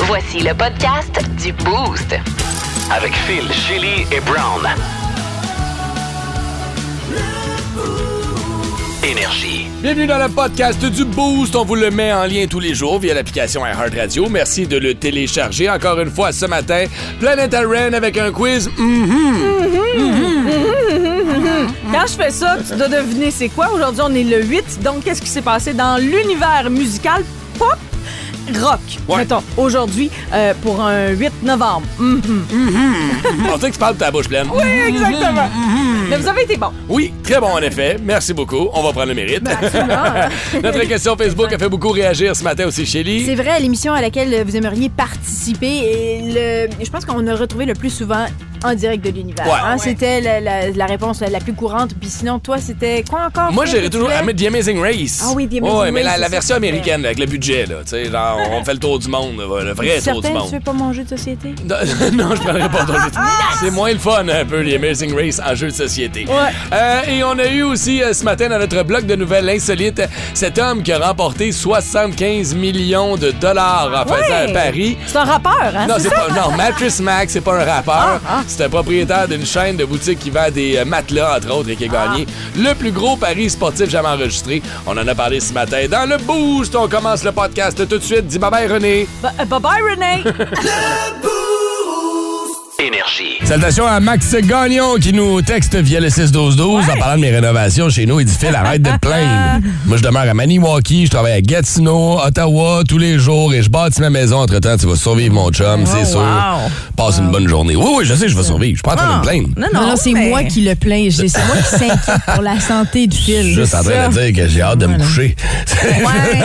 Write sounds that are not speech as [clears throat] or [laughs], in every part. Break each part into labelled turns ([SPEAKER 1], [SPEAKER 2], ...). [SPEAKER 1] Voici le podcast du Boost.
[SPEAKER 2] Avec Phil, Chili et Brown. Énergie.
[SPEAKER 3] Bienvenue dans le podcast du Boost. On vous le met en lien tous les jours via l'application iHeartRadio. Merci de le télécharger encore une fois ce matin. Planète Rennes avec un quiz. [laughs] Mhm.
[SPEAKER 4] Quand je fais ça, tu dois deviner c'est quoi. Aujourd'hui, on est le 8. Donc, qu'est-ce qui s'est passé dans l'univers musical pop rock?
[SPEAKER 3] Ouais.
[SPEAKER 4] Mettons, aujourd'hui, euh, pour un 8
[SPEAKER 5] [laughs]
[SPEAKER 4] novembre. Mhm.
[SPEAKER 3] On dirait que tu parles de ta bouche pleine.
[SPEAKER 4] Oui, exactement.
[SPEAKER 3] Mhm.
[SPEAKER 4] Mais vous avez été bon.
[SPEAKER 3] Oui, très bon en effet. Merci beaucoup. On va prendre le mérite.
[SPEAKER 6] Ben,
[SPEAKER 3] [laughs] Notre question Facebook a fait beaucoup réagir ce matin aussi, Chélie.
[SPEAKER 6] C'est vrai, l'émission à laquelle vous aimeriez participer, et le, je pense qu'on a retrouvé le plus souvent en direct de l'univers.
[SPEAKER 3] Ouais.
[SPEAKER 6] hein. C'était la, la- la réponse la plus courante. Puis sinon, toi, c'était quoi encore?
[SPEAKER 3] Moi,
[SPEAKER 6] Fred,
[SPEAKER 3] j'irais
[SPEAKER 6] que tu
[SPEAKER 3] toujours
[SPEAKER 6] voulais?
[SPEAKER 3] à The Amazing Race.
[SPEAKER 6] Ah oui, The Amazing
[SPEAKER 3] Ouais, mais la,
[SPEAKER 6] Race,
[SPEAKER 3] la
[SPEAKER 6] c'est
[SPEAKER 3] version
[SPEAKER 6] ça.
[SPEAKER 3] américaine, là, avec le budget, là. Tu sais, genre, on fait le tour du monde, là, le vrai tour du
[SPEAKER 6] Certains,
[SPEAKER 3] monde.
[SPEAKER 6] tu veux pas manger de société?
[SPEAKER 3] Non, [laughs] non, je parlerai pas d'autres. C'est moins le fun, un peu, les Amazing Race en jeu de société. Euh, et on a eu aussi euh, ce matin dans notre bloc de nouvelles insolites cet homme qui a remporté 75 millions de dollars en
[SPEAKER 4] Ouais.
[SPEAKER 3] faisant un pari.
[SPEAKER 4] C'est un rappeur, hein?
[SPEAKER 3] Non,
[SPEAKER 4] c'est
[SPEAKER 3] c'est
[SPEAKER 4] ça? Ah,
[SPEAKER 3] pas. Non, Mattress Max, c'est pas un rappeur. C'est un propriétaire d'une chaîne de boutiques qui vend des euh, matelas, entre autres, et qui a
[SPEAKER 4] Ah.
[SPEAKER 3] gagné le plus gros pari sportif jamais enregistré. On en a parlé ce matin dans le Boost. On commence le podcast tout de suite. Dis bye bye, René.
[SPEAKER 4] Ba- Bye bye, René.
[SPEAKER 2] Énergie.
[SPEAKER 3] Salutations à Max Gagnon qui nous texte via le 6-12-12 en parlant de mes rénovations chez nous. Il dit Phil, arrête de te
[SPEAKER 5] [laughs]
[SPEAKER 3] plaindre. Moi, je demeure à Maniwaki, je travaille à Gatineau, Ottawa tous les jours et je bâtis ma maison. Entre-temps, tu vas survivre, mon
[SPEAKER 5] Oh,
[SPEAKER 3] chum, c'est sûr. Passe une bonne journée. Oui, oui, je sais, je vais
[SPEAKER 5] Ah.
[SPEAKER 3] survivre. Je suis pas en train de me plaindre.
[SPEAKER 7] Non, non, c'est moi qui le plains. Je dis, C'est moi qui s'inquiète pour la santé du
[SPEAKER 3] Je
[SPEAKER 7] fil.
[SPEAKER 3] suis juste en train de dire que j'ai hâte de me
[SPEAKER 5] [laughs]
[SPEAKER 3] coucher.
[SPEAKER 7] Ouais,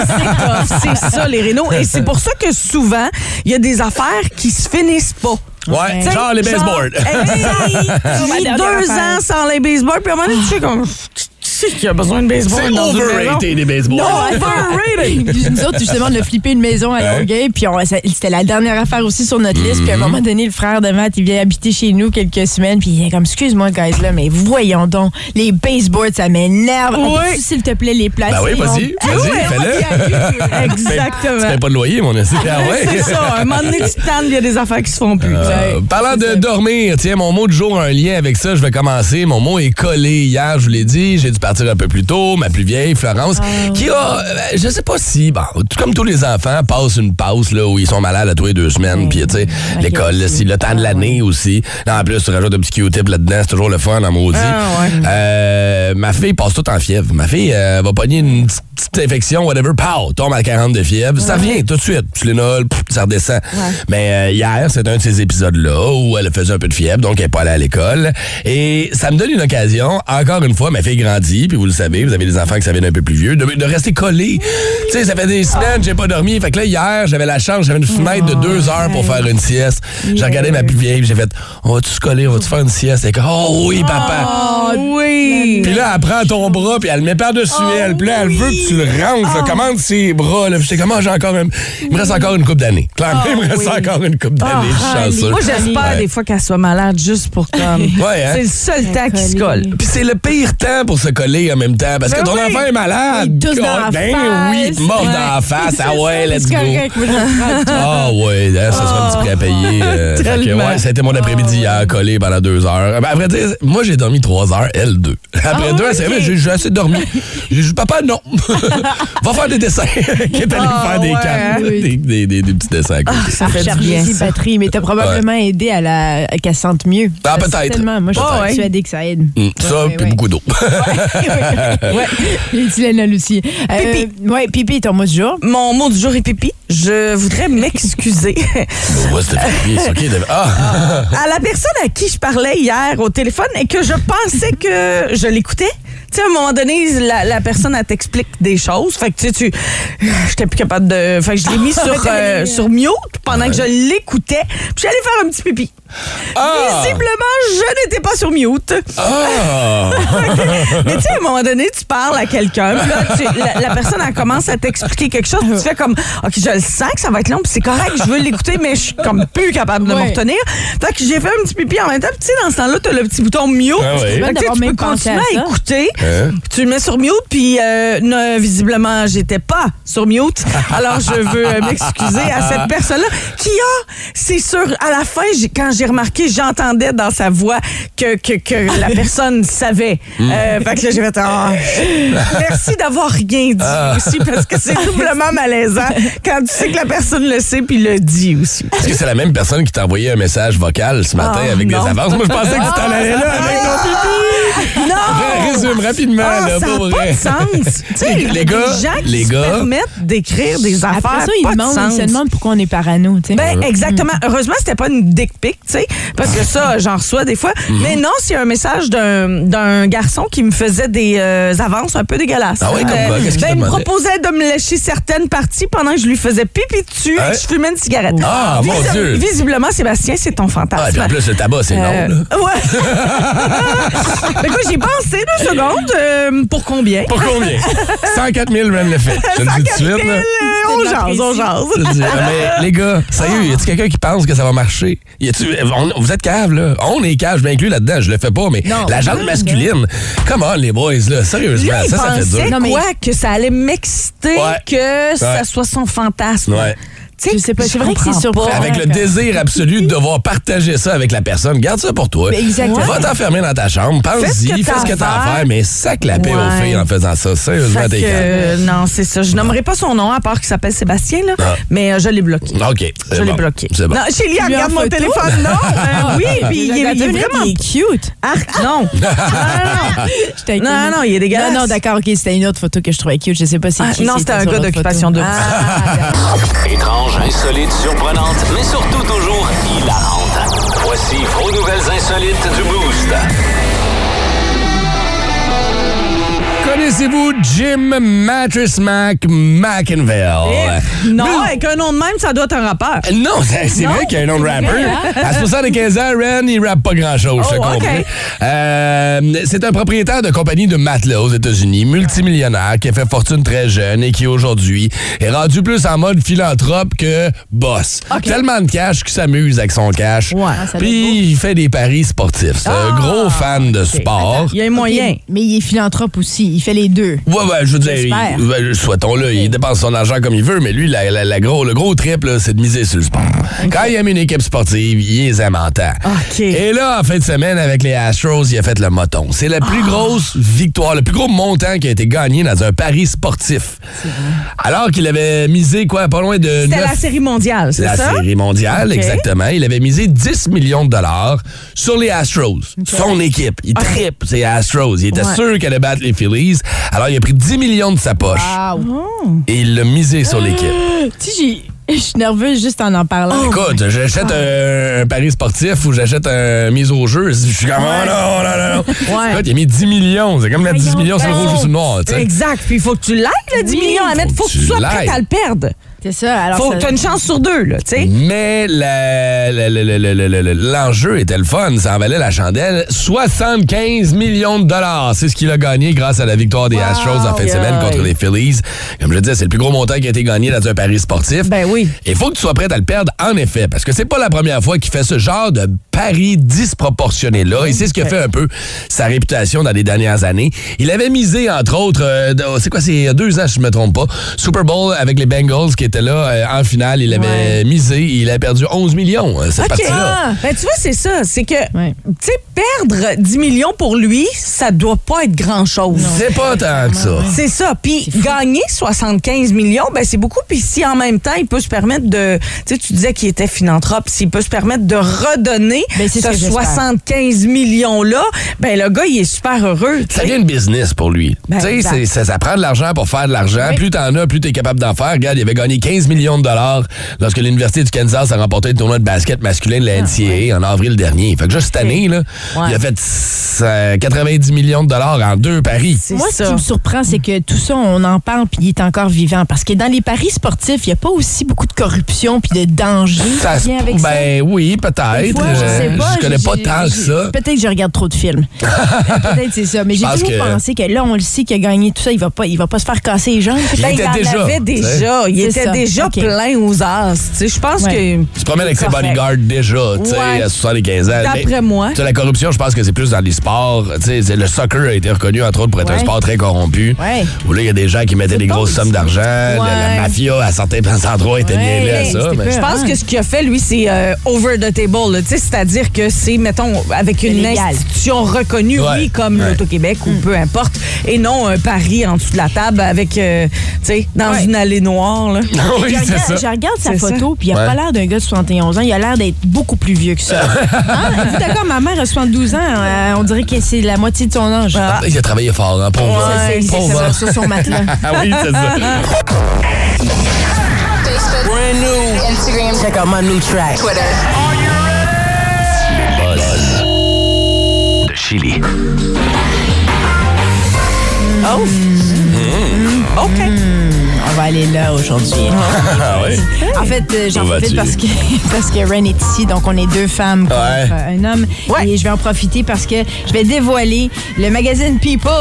[SPEAKER 7] c'est
[SPEAKER 5] Ah, c'est ça, les rénaux. Et c'est pour ça que souvent, il y a des affaires qui se finissent pas.
[SPEAKER 3] ouais,
[SPEAKER 5] T'sais,
[SPEAKER 3] genre les baseboards. [laughs]
[SPEAKER 5] Hey, J'ai
[SPEAKER 7] dernière
[SPEAKER 5] deux
[SPEAKER 7] affaire.
[SPEAKER 5] ans sans les baseballs, puis à un moment donné, tu sais comme... Tu sais qu'il y a besoin de
[SPEAKER 3] C'est
[SPEAKER 5] baseball dans une maison.
[SPEAKER 3] overrated, les baseballs.
[SPEAKER 7] [laughs]
[SPEAKER 5] Overrated!
[SPEAKER 7] Nous autres, justement, on a flippé une maison à Longueuil, puis on- ça- c'était la dernière affaire aussi sur notre liste. Puis à un moment donné, le frère de Matt, il vient habiter chez nous quelques semaines, puis il est comme, excuse-moi, guys, là, mais voyons donc, les baseboards, ça m'énerve. On peut-tu, S'il te plaît, les places.
[SPEAKER 3] Ben oui, vas-y,
[SPEAKER 5] Eh
[SPEAKER 3] vas-y, fais-le. Tu
[SPEAKER 5] Exactement.
[SPEAKER 3] payes pas de loyer, mon
[SPEAKER 5] [laughs]
[SPEAKER 3] essai. Ah ouais.
[SPEAKER 5] C'est ça, un moment donné, tu te tannes, il y a des affaires qui se font plus.
[SPEAKER 3] Euh, parlant de dormir, tiens, mon mot du jour a un lien avec ça. Je vais commencer. Mon mot est collé. Hier, je vous l'ai dit, j'ai dû partir un peu plus tôt. Ma plus vieille, Florence, qui a, euh, je sais pas si, bon, tout comme tous les enfants, passe une pause là, où ils sont malades à tous les deux semaines. Puis, tu sais, l'école, là, c'est le temps de l'année aussi. Non, en plus, tu rajoutes un petit Q-tip là-dedans, c'est toujours le fun en maudit. Euh, ma fille passe tout en fièvre. Ma fille euh, va pogner une petite- petite infection, whatever, pow, tombe à 40 de fièvre. Ça vient tout de suite. Tylenol, pff, ça redescend. Mais euh, hier, c'est un de ces épisodes-là où elle faisait un peu de fièvre, donc elle n'est pas allée à l'école. Et ça me donne une occasion, encore une fois, ma fille grandit, puis vous le savez, vous avez des enfants qui s'avènent un peu plus vieux, de, de rester collés. Tu sais, ça fait des semaines, j'ai pas dormi. Fait que là, hier, j'avais la chance, j'avais une fenêtre de deux heures pour faire une sieste. J'ai regardé ma plus vieille, puis j'ai fait, on va-tu se coller, on va-tu faire une sieste? Elle est comme, oh oui, papa!
[SPEAKER 5] Ah oui!
[SPEAKER 3] Puis là, elle prend ton bras, puis elle le met par-dessus
[SPEAKER 5] Oh
[SPEAKER 3] elle. Puis là, elle veut que tu le rentres. là. Commande ses bras. Là. Puis j'étais comme, Ah, j'ai encore un... Il me reste encore une coupe d'années. Clairement,
[SPEAKER 5] Oh
[SPEAKER 3] il me reste encore une coupe d'années. je suis chanceux.
[SPEAKER 5] Ah, Moi, j'espère des fois qu'elle soit malade juste pour comme.
[SPEAKER 3] [laughs] Ouais, hein?
[SPEAKER 5] C'est le seul temps qui se colle.
[SPEAKER 3] Puis c'est le pire temps pour se coller en même temps. Parce que
[SPEAKER 5] Ben
[SPEAKER 3] ton
[SPEAKER 5] oui.
[SPEAKER 3] enfant est malade.
[SPEAKER 7] tous dans la
[SPEAKER 3] ben
[SPEAKER 7] face.
[SPEAKER 3] oui, mort
[SPEAKER 7] Ouais.
[SPEAKER 3] dans la face. Ah ouais, let's
[SPEAKER 7] C'est
[SPEAKER 3] go.
[SPEAKER 7] correct, moi, je le prends.
[SPEAKER 3] Ah ouais, d'ailleurs, ça sera un petit prix à payer.
[SPEAKER 7] [laughs]
[SPEAKER 3] euh, fait que,
[SPEAKER 5] Tellement.
[SPEAKER 3] ouais, ça a été mon après-midi hier, collé pendant deux heures. Ben, après dire, moi j'ai dormi trois heures, elle deux.
[SPEAKER 7] Ah
[SPEAKER 3] Après deux, c'est vrai, j'ai- j'ai assez dormi. J'ai dit, papa,
[SPEAKER 7] [laughs]
[SPEAKER 3] non. Va faire des dessins. [laughs] Qui est allé
[SPEAKER 7] Ah
[SPEAKER 3] me faire des
[SPEAKER 5] ouais.
[SPEAKER 3] cartes, des, des- des- des petits dessins à côté.
[SPEAKER 7] Ça
[SPEAKER 5] fait du
[SPEAKER 7] recharger
[SPEAKER 5] bien,
[SPEAKER 7] ses
[SPEAKER 5] ça.
[SPEAKER 7] batteries, mais t'as probablement aidé à la à qu'elle se sente mieux.
[SPEAKER 3] Ah, peut-être.
[SPEAKER 7] Certainement. Moi, je suis
[SPEAKER 5] Ah, ouais.
[SPEAKER 7] persuadée que ça aide.
[SPEAKER 3] Mm, ça,
[SPEAKER 7] Ouais, ouais,
[SPEAKER 3] puis
[SPEAKER 7] ouais.
[SPEAKER 3] beaucoup d'eau. [laughs]
[SPEAKER 7] ouais. Les Tylenol aussi. pipi. Euh, Ouais, pipi, ton mot du jour.
[SPEAKER 5] Mon mot du jour est pipi. Je voudrais m'excuser [laughs]
[SPEAKER 3] Ouais, c'était fini, c'est ok, David. Ah,
[SPEAKER 5] à la personne à qui je parlais hier au téléphone et que je pensais que je l'écoutais. Tu sais, à un moment donné, la, la personne, elle t'explique des choses. Fait que, tu sais, tu. [sighs] J'étais plus capable de. Fait que je l'ai mis sur, euh, sur mute pendant que je l'écoutais. Puis j'allais faire un petit pipi.
[SPEAKER 3] Ah!
[SPEAKER 5] Visiblement, je n'étais pas sur mute.
[SPEAKER 3] Ah!
[SPEAKER 5] Mais tu sais, à un moment donné, tu parles à quelqu'un, puis là, tu- la, la personne, elle commence à t'expliquer quelque chose, puis tu fais comme, OK, je le sens que ça va être long, puis c'est correct, je veux l'écouter, mais je suis comme plus capable de me
[SPEAKER 7] Ouais.
[SPEAKER 5] retenir. Fait que j'ai fait un petit pipi en même temps, puis tu sais, dans ce temps-là, t'as le petit bouton mute.
[SPEAKER 3] Ah ouais.
[SPEAKER 5] Fait que tu sais,
[SPEAKER 7] D'avoir
[SPEAKER 5] tu peux
[SPEAKER 7] même pensé
[SPEAKER 5] continuer
[SPEAKER 7] à
[SPEAKER 5] à
[SPEAKER 7] ça.
[SPEAKER 5] écouter.
[SPEAKER 3] Hein?
[SPEAKER 5] Tu le mets sur mute, puis euh, ne- visiblement, j'étais pas sur mute. Alors, je veux euh, m'excuser à cette personne-là qui a, c'est sûr, à la fin, j'ai- quand j'ai remarqué, j'entendais dans sa voix que, que, que la personne savait. Euh, fait que là, j'ai fait Ah, Merci d'avoir rien dit aussi, parce que c'est doublement malaisant quand tu sais que la personne le sait, puis le dit aussi.
[SPEAKER 3] Est-ce que c'est la même personne qui t'a envoyé un message vocal ce matin
[SPEAKER 5] Ah,
[SPEAKER 3] avec
[SPEAKER 5] non. Ah,
[SPEAKER 3] des avances? Moi, je pensais que tu t'en allais là avec ton
[SPEAKER 5] Non!
[SPEAKER 3] pipi. [laughs] Résume rapidement,
[SPEAKER 5] Ah,
[SPEAKER 3] là,
[SPEAKER 5] ça n'a
[SPEAKER 3] pour
[SPEAKER 5] pas
[SPEAKER 3] vrai. [laughs]
[SPEAKER 5] de sens. Tu sais,
[SPEAKER 3] Les- les gars,
[SPEAKER 5] les gens qui
[SPEAKER 3] les
[SPEAKER 5] se
[SPEAKER 3] gars.
[SPEAKER 5] permettent d'écrire des affaires.
[SPEAKER 7] Après ça, ils,
[SPEAKER 5] pas de
[SPEAKER 7] demandent,
[SPEAKER 5] sens.
[SPEAKER 7] ils se demandent pourquoi on est parano. tu sais.
[SPEAKER 5] Ben, exactement. Heureusement, c'était pas une dick pic, tu sais, parce que ça, j'en reçois des fois.
[SPEAKER 3] Mhm.
[SPEAKER 5] Mais non, c'est un message d'un d'un garçon qui me faisait des euh, avances un peu dégueulasses.
[SPEAKER 3] Ah ouais, comme quoi? Qu'est-ce qu'il
[SPEAKER 5] ben,
[SPEAKER 3] te
[SPEAKER 5] il me
[SPEAKER 3] demandait?
[SPEAKER 5] proposait de me lécher certaines parties pendant que je lui faisais pipi dessus
[SPEAKER 3] Hein?
[SPEAKER 5] et que je fumais une cigarette.
[SPEAKER 3] Ah, mon
[SPEAKER 5] Visi-
[SPEAKER 3] Dieu!
[SPEAKER 5] Visiblement, Sébastien, c'est ton fantasme.
[SPEAKER 3] Ah, et puis en plus, le tabac, c'est
[SPEAKER 5] Euh,
[SPEAKER 3] non, là. [laughs]
[SPEAKER 5] ouais. [laughs] Écoute, j'y pensais deux secondes. euh, pour combien?
[SPEAKER 3] Pour combien? 104 000, même le fait. Je le dis tout de Ben,
[SPEAKER 5] 000,
[SPEAKER 3] suite, là.
[SPEAKER 5] euh, on jase, on jase.
[SPEAKER 3] Je veux dire, Ah, mais les gars, sérieux,
[SPEAKER 5] Ah.
[SPEAKER 3] y a-tu quelqu'un qui pense que ça va marcher? Y a-tu, on- vous êtes cave, là. On est cave, je m'inclus là-dedans, je le fais pas, mais
[SPEAKER 7] Non.
[SPEAKER 3] la jambe masculine. Come on, les boys, là,
[SPEAKER 5] Lui,
[SPEAKER 3] sérieusement,
[SPEAKER 5] il
[SPEAKER 3] ça, ça fait
[SPEAKER 5] pensait
[SPEAKER 3] dur.
[SPEAKER 7] Non, mais-
[SPEAKER 5] quoi? Que ça allait m'exciter,
[SPEAKER 3] Ouais.
[SPEAKER 5] que
[SPEAKER 3] Ouais.
[SPEAKER 5] ça soit son fantasme.
[SPEAKER 3] Ouais.
[SPEAKER 5] Tu sais,
[SPEAKER 7] Je sais pas, c'est vrai que
[SPEAKER 5] comprends
[SPEAKER 7] c'est surprenant.
[SPEAKER 5] pas.
[SPEAKER 3] Avec le
[SPEAKER 7] D'accord.
[SPEAKER 3] désir absolu de devoir partager ça avec la personne. Garde ça pour toi.
[SPEAKER 7] Ben, exactement.
[SPEAKER 3] Va t'enfermer dans ta chambre, pense-y,
[SPEAKER 5] que
[SPEAKER 3] fais ce que
[SPEAKER 5] t'as
[SPEAKER 3] t'as
[SPEAKER 5] à
[SPEAKER 3] à faire,
[SPEAKER 5] faire.
[SPEAKER 3] mais sac la paix aux
[SPEAKER 5] Ouais.
[SPEAKER 3] filles en faisant ça. Sérieusement,
[SPEAKER 5] Fait
[SPEAKER 3] t'es
[SPEAKER 5] que,
[SPEAKER 3] calme.
[SPEAKER 5] euh, non, c'est ça. Je nommerai pas son nom à part qu'il s'appelle Sébastien, là, mais euh, je l'ai bloqué.
[SPEAKER 3] OK. c'est
[SPEAKER 5] Je l'ai
[SPEAKER 3] bon.
[SPEAKER 5] bloqué.
[SPEAKER 3] C'est bon.
[SPEAKER 5] Non, Chélie, elle
[SPEAKER 7] Lui en
[SPEAKER 5] regarde mon
[SPEAKER 7] photo?
[SPEAKER 5] téléphone. Non,
[SPEAKER 7] Ah [laughs]
[SPEAKER 5] euh, oui, puis il, est- il est
[SPEAKER 7] Attends,
[SPEAKER 5] vraiment. Ah,
[SPEAKER 7] il est cute.
[SPEAKER 3] [laughs]
[SPEAKER 5] Arc, non.
[SPEAKER 7] Je t'ai
[SPEAKER 5] Non,
[SPEAKER 7] connu.
[SPEAKER 5] non, il est dégueulasse.
[SPEAKER 7] Non, non, d'accord, ok, c'était une autre photo que je trouvais cute. Je sais pas c'est
[SPEAKER 5] Ah,
[SPEAKER 7] qui.
[SPEAKER 5] non, c'était un
[SPEAKER 7] sur
[SPEAKER 5] gars
[SPEAKER 7] l'autre
[SPEAKER 5] d'Occupation
[SPEAKER 7] photo.
[SPEAKER 5] double.
[SPEAKER 7] Ah,
[SPEAKER 2] Étrange, insolite, surprenante, mais surtout toujours hilarante. Voici vos nouvelles insolites du Boost.
[SPEAKER 3] Connaissez-vous Jim Mattress Mac McInville?
[SPEAKER 5] Eh, Non, avec un nom de même, ça doit être un rappeur.
[SPEAKER 3] Non, c'est c'est vrai qu'il y a un nom de rapper. À 75 ans, Ren, il rappe pas grand-chose, je te
[SPEAKER 5] Oh,
[SPEAKER 3] comprends.
[SPEAKER 5] ok.
[SPEAKER 3] Euh, c'est un propriétaire de compagnie de matelas aux États-Unis, multimillionnaire, qui a fait fortune très jeune et qui aujourd'hui est rendu plus en mode philanthrope que boss. Tellement de cash qu'il s'amuse avec son cash.
[SPEAKER 7] ça doit être
[SPEAKER 3] Puis il fait des paris sportifs. C'est un gros fan de sport.
[SPEAKER 5] Ah, Il y a un moyen.
[SPEAKER 7] Mais il est philanthrope aussi. Il fait les deux.
[SPEAKER 3] Ouais, ouais, je veux dire,
[SPEAKER 7] J'espère.
[SPEAKER 3] il- ben, souhaitons-le, il dépense son argent comme il veut, mais lui, la, la- la gros, le gros trip, là, c'est de miser sur le sport. Quand il aime une équipe sportive, il les aime en temps.
[SPEAKER 5] OK.
[SPEAKER 3] Et là, en fin de semaine, avec les Astros, il a fait le moton. C'est la
[SPEAKER 5] Ah.
[SPEAKER 3] plus grosse victoire, le plus gros montant qui a été gagné dans un pari sportif. Alors qu'il avait misé, quoi, pas loin de
[SPEAKER 5] C'était la
[SPEAKER 3] 9
[SPEAKER 5] série mondiale, c'est
[SPEAKER 3] la
[SPEAKER 5] ça?
[SPEAKER 3] série mondiale, exactement. Il avait misé 10 millions de dollars sur les Astros, son équipe. Il tripe ses Astros. Il était sûr qu'elle allait battre les Phillies. Alors, il a pris 10 millions de sa poche
[SPEAKER 7] [gasps]
[SPEAKER 3] et il l'a misé sur l'équipe.
[SPEAKER 7] Tu sais, j'ai- je suis nerveuse juste en en
[SPEAKER 5] Oh
[SPEAKER 7] parlant.
[SPEAKER 3] Écoute, j'achète un, un pari sportif ou j'achète un mise au jeu. Je suis comme, oh non, non, non, non. Écoute, il a mis 10 millions. C'est comme la 10 millions sur le rouge ou sur le noir. tu sais.
[SPEAKER 5] Exact. Puis il faut que tu l'ailles, le 10
[SPEAKER 7] Oui.
[SPEAKER 5] millions à mettre.
[SPEAKER 3] Faut
[SPEAKER 5] Faut
[SPEAKER 3] que
[SPEAKER 5] que tu
[SPEAKER 3] tu
[SPEAKER 5] sois prêt
[SPEAKER 3] l'ailles.
[SPEAKER 5] à le perdre.
[SPEAKER 7] C'est ça. Alors,
[SPEAKER 5] Faut
[SPEAKER 7] ça-
[SPEAKER 5] que tu une chance sur deux, là, tu sais.
[SPEAKER 3] Mm, Mais la- la- la- la- la- la- la- la- l'enjeu était le fun. Ça en valait la chandelle. 75 millions de dollars. C'est ce qu'il a gagné grâce à la victoire des Astros en fin de semaine contre les Phillies. Comme je disais, c'est le plus gros montant qui a été gagné dans un pari sportif.
[SPEAKER 5] Ben oui.
[SPEAKER 3] Il faut que tu sois prêt à le perdre, en effet, parce que c'est pas la première fois qu'il fait ce genre de pari disproportionné-là. Et c'est ce qui a fait un peu sa réputation dans les dernières années. Il avait misé, entre autres, euh, dans- c'est quoi, c'est il y a deux ans, si je me trompe pas, Super Bowl avec les Bengals qui étaient là euh, en finale. Il avait misé, il a perdu 11 millions, euh, cette
[SPEAKER 5] OK.
[SPEAKER 3] partie-là.
[SPEAKER 5] Ben, tu vois, c'est ça. C'est que,
[SPEAKER 7] Ah. Ouais.
[SPEAKER 5] tu sais, perdre 10 millions pour lui, ça doit pas être grand-chose.
[SPEAKER 3] C'est pas tant que ça.
[SPEAKER 5] C'est ça. Puis gagner 75 millions, ben c'est beaucoup. Puis si en même temps, il peut se permettre de... Tu sais, tu disais qu'il était philanthrope. S'il peut se permettre de redonner
[SPEAKER 7] Ben,
[SPEAKER 5] ce
[SPEAKER 7] c'est ce que j'espère.
[SPEAKER 5] 75 millions-là, ben le gars, il est super heureux. tu
[SPEAKER 3] Ça
[SPEAKER 5] sais.
[SPEAKER 3] devient une business pour lui.
[SPEAKER 5] Ben,
[SPEAKER 3] tu sais,
[SPEAKER 5] exact.
[SPEAKER 3] c'est- ça, ça prend de l'argent pour faire de l'argent. Plus t'en as, plus t'es capable d'en faire. Regarde, il avait gagné 15 millions de dollars lorsque l'Université du Kansas a remporté le tournoi de basket masculin
[SPEAKER 7] Ah,
[SPEAKER 3] de la NCAA en avril dernier. Fait que juste cette année, là, il a fait euh, 90 millions de dollars en deux paris.
[SPEAKER 5] C'est
[SPEAKER 7] Moi, ce
[SPEAKER 5] ça.
[SPEAKER 7] qui me surprend, c'est que tout ça, on en parle puis il est encore vivant. Parce que dans les paris sportifs, il n'y a pas aussi beaucoup de corruption puis de danger
[SPEAKER 3] Ça
[SPEAKER 7] qui
[SPEAKER 3] se-
[SPEAKER 7] vient avec ça.
[SPEAKER 3] ben oui, peut-être.
[SPEAKER 7] Des fois, je
[SPEAKER 3] Euh, sais pas, je connais pas
[SPEAKER 7] j'ai-
[SPEAKER 3] tant que
[SPEAKER 7] j'ai-
[SPEAKER 3] ça.
[SPEAKER 7] Peut-être que je regarde trop
[SPEAKER 3] [laughs]
[SPEAKER 7] de films. Peut-être c'est ça. Mais j'ai
[SPEAKER 3] pense
[SPEAKER 7] toujours
[SPEAKER 3] que-
[SPEAKER 7] pensé que là, on le sait qu'il a gagné tout ça. Il va pas, il va pas se faire casser les jambes.
[SPEAKER 3] Il
[SPEAKER 7] peut-être.
[SPEAKER 3] était
[SPEAKER 5] Ben, il en
[SPEAKER 3] déjà,
[SPEAKER 5] avait
[SPEAKER 3] tu sais.
[SPEAKER 5] déjà. Il
[SPEAKER 7] C'est
[SPEAKER 5] était
[SPEAKER 7] ça.
[SPEAKER 5] déjà
[SPEAKER 7] OK.
[SPEAKER 5] plein aux as. Tu sais, Je pense
[SPEAKER 7] Ouais.
[SPEAKER 5] que.
[SPEAKER 3] Tu te promènes avec ses
[SPEAKER 5] Parfait.
[SPEAKER 3] bodyguards déjà, tu sais,
[SPEAKER 5] Ouais.
[SPEAKER 3] à 75 ans.
[SPEAKER 5] D'après
[SPEAKER 3] Mais,
[SPEAKER 5] moi.
[SPEAKER 3] tu sais, la corruption, je pense que c'est plus dans les sports. Tu sais, c'est- le soccer a été reconnu, entre autres, pour être un
[SPEAKER 7] Ouais.
[SPEAKER 3] sport très corrompu.
[SPEAKER 7] Ouais.
[SPEAKER 3] Où là, il y a des gens qui mettaient des grosses sommes d'argent. La- La,
[SPEAKER 5] Ouais.
[SPEAKER 3] mafia, à certains endroits, était
[SPEAKER 7] Ouais,
[SPEAKER 3] mêlée à
[SPEAKER 7] mais
[SPEAKER 3] ça.
[SPEAKER 7] c'était
[SPEAKER 3] [laughs] mais-
[SPEAKER 5] Je pense
[SPEAKER 7] Ouais.
[SPEAKER 5] que ce qu'il a fait, lui, c'est euh, over the table. là, tu sais, C'est-à-dire que c'est, mettons, avec une
[SPEAKER 7] Légal. Hmm.
[SPEAKER 5] institution reconnue,
[SPEAKER 3] Ouais.
[SPEAKER 5] oui, comme
[SPEAKER 3] Ouais.
[SPEAKER 5] l'Auto-Québec ou peu importe, et non un pari en dessous de la table avec, euh, tu sais, dans une allée noire. là.
[SPEAKER 3] oui,
[SPEAKER 7] Je
[SPEAKER 3] c'est ça.
[SPEAKER 7] regarde, je regarde sa
[SPEAKER 5] C'est ça.
[SPEAKER 7] photo, puis il a
[SPEAKER 3] Ouais.
[SPEAKER 7] pas l'air d'un gars de 71 ans. Il a l'air d'être beaucoup plus vieux
[SPEAKER 3] [laughs]
[SPEAKER 7] que ça. hein? Êtes-vous d'accord? Ma mère a 72 ans. euh, on dirait que c'est la moitié de son âge.
[SPEAKER 3] Ah, Il a travaillé fort, hein, pauvre.
[SPEAKER 7] C'est
[SPEAKER 3] homme. Pauvre
[SPEAKER 7] exactement
[SPEAKER 3] homme.
[SPEAKER 7] sur son matelas.
[SPEAKER 3] [laughs] Ah oui, c'est ça.
[SPEAKER 8] Check out my new track.
[SPEAKER 2] De Chili.
[SPEAKER 5] Oh! OK.
[SPEAKER 7] On va aller là aujourd'hui.
[SPEAKER 3] Ah oui.
[SPEAKER 7] En fait, euh, j'en
[SPEAKER 3] Où vas-tu?
[SPEAKER 7] profite parce que, [laughs] parce que Ren est ici, donc on est deux femmes contre
[SPEAKER 3] Ouais.
[SPEAKER 7] euh, un homme. Et je vais en profiter parce que je vais dévoiler le magazine People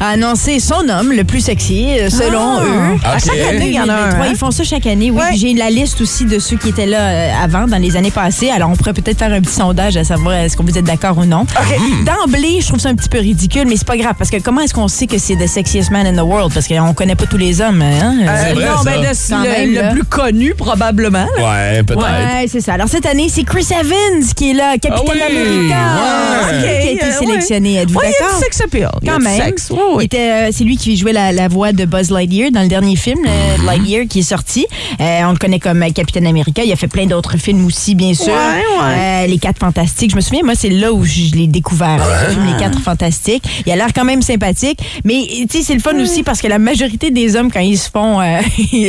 [SPEAKER 7] a annoncé son homme le plus sexy euh, selon eux.
[SPEAKER 3] À chaque Ok.
[SPEAKER 5] année, il y en a un,
[SPEAKER 7] 2023,
[SPEAKER 5] hein?
[SPEAKER 7] Ils font ça chaque année, oui.
[SPEAKER 5] Ouais.
[SPEAKER 7] Puis J'ai la liste aussi de ceux qui étaient là euh, avant, dans les années passées. Alors, on pourrait peut-être faire un petit sondage à savoir euh, est-ce qu'on vous êtes d'accord ou non.
[SPEAKER 3] Hmm.
[SPEAKER 7] D'emblée, je trouve ça un petit peu ridicule, mais c'est pas grave parce que comment est-ce qu'on sait que c'est the sexiest man in the world? Parce qu'on connaît pas tous les hommes, hein?
[SPEAKER 3] [laughs] C'est
[SPEAKER 5] Euh,
[SPEAKER 3] vrai,
[SPEAKER 5] non,
[SPEAKER 3] ça.
[SPEAKER 5] ben, de-
[SPEAKER 7] Quand
[SPEAKER 5] le,
[SPEAKER 7] même,
[SPEAKER 5] le
[SPEAKER 7] là.
[SPEAKER 5] plus connu, probablement. là.
[SPEAKER 3] Ouais, peut-être.
[SPEAKER 7] Ouais, c'est ça. Alors cette année, c'est Chris Evans qui est là, capitaine
[SPEAKER 3] Ah oui,
[SPEAKER 7] américain,
[SPEAKER 3] ouais.
[SPEAKER 7] qui a été
[SPEAKER 5] euh, ouais.
[SPEAKER 7] sélectionné. Êtes-vous
[SPEAKER 5] Ouais, il y a
[SPEAKER 7] d'accord?
[SPEAKER 5] du sexe appeal. Il y a
[SPEAKER 7] Quand
[SPEAKER 5] du
[SPEAKER 7] même.
[SPEAKER 5] sexe. Ouais,
[SPEAKER 7] Il
[SPEAKER 5] ouais.
[SPEAKER 7] était, euh, c'est lui qui jouait la, la voix de Buzz Lightyear dans le dernier film,
[SPEAKER 5] Mhm.
[SPEAKER 7] le Lightyear, qui est sorti. Euh, on le connaît comme euh, Capitaine America. Il a fait plein d'autres films aussi, bien sûr.
[SPEAKER 5] Ouais, ouais.
[SPEAKER 7] Euh, les Quatre Fantastiques. Je me souviens, moi, c'est là où je l'ai découvert, le film Les Quatre Fantastiques. Il a l'air quand même sympathique. Mais, tu sais, c'est le fun aussi parce que la majorité des hommes, quand ils se font euh, [laughs]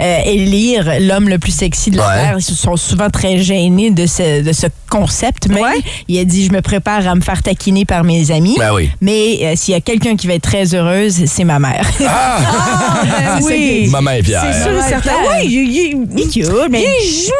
[SPEAKER 7] euh, élire l'homme le plus sexy de la
[SPEAKER 3] Ouais.
[SPEAKER 7] Terre, ils sont souvent très gênés de ce, de ce concept. Mais
[SPEAKER 5] Ouais.
[SPEAKER 7] il a dit, je me prépare à me faire taquiner par mes amis.
[SPEAKER 3] Ben oui.
[SPEAKER 7] Mais euh, s'il y a quelqu'un qui va être très heureuse, c'est ma mère. ben
[SPEAKER 5] [laughs]
[SPEAKER 3] Ah!
[SPEAKER 5] Ah,
[SPEAKER 7] c'est ça qu'il
[SPEAKER 5] oui.
[SPEAKER 3] Maman est fière.
[SPEAKER 5] C'est sûr et
[SPEAKER 7] Ouais,
[SPEAKER 5] certain.
[SPEAKER 7] clair.
[SPEAKER 5] Oui, il- il-
[SPEAKER 7] ben, Il est cute, mais-
[SPEAKER 5] il est chouette.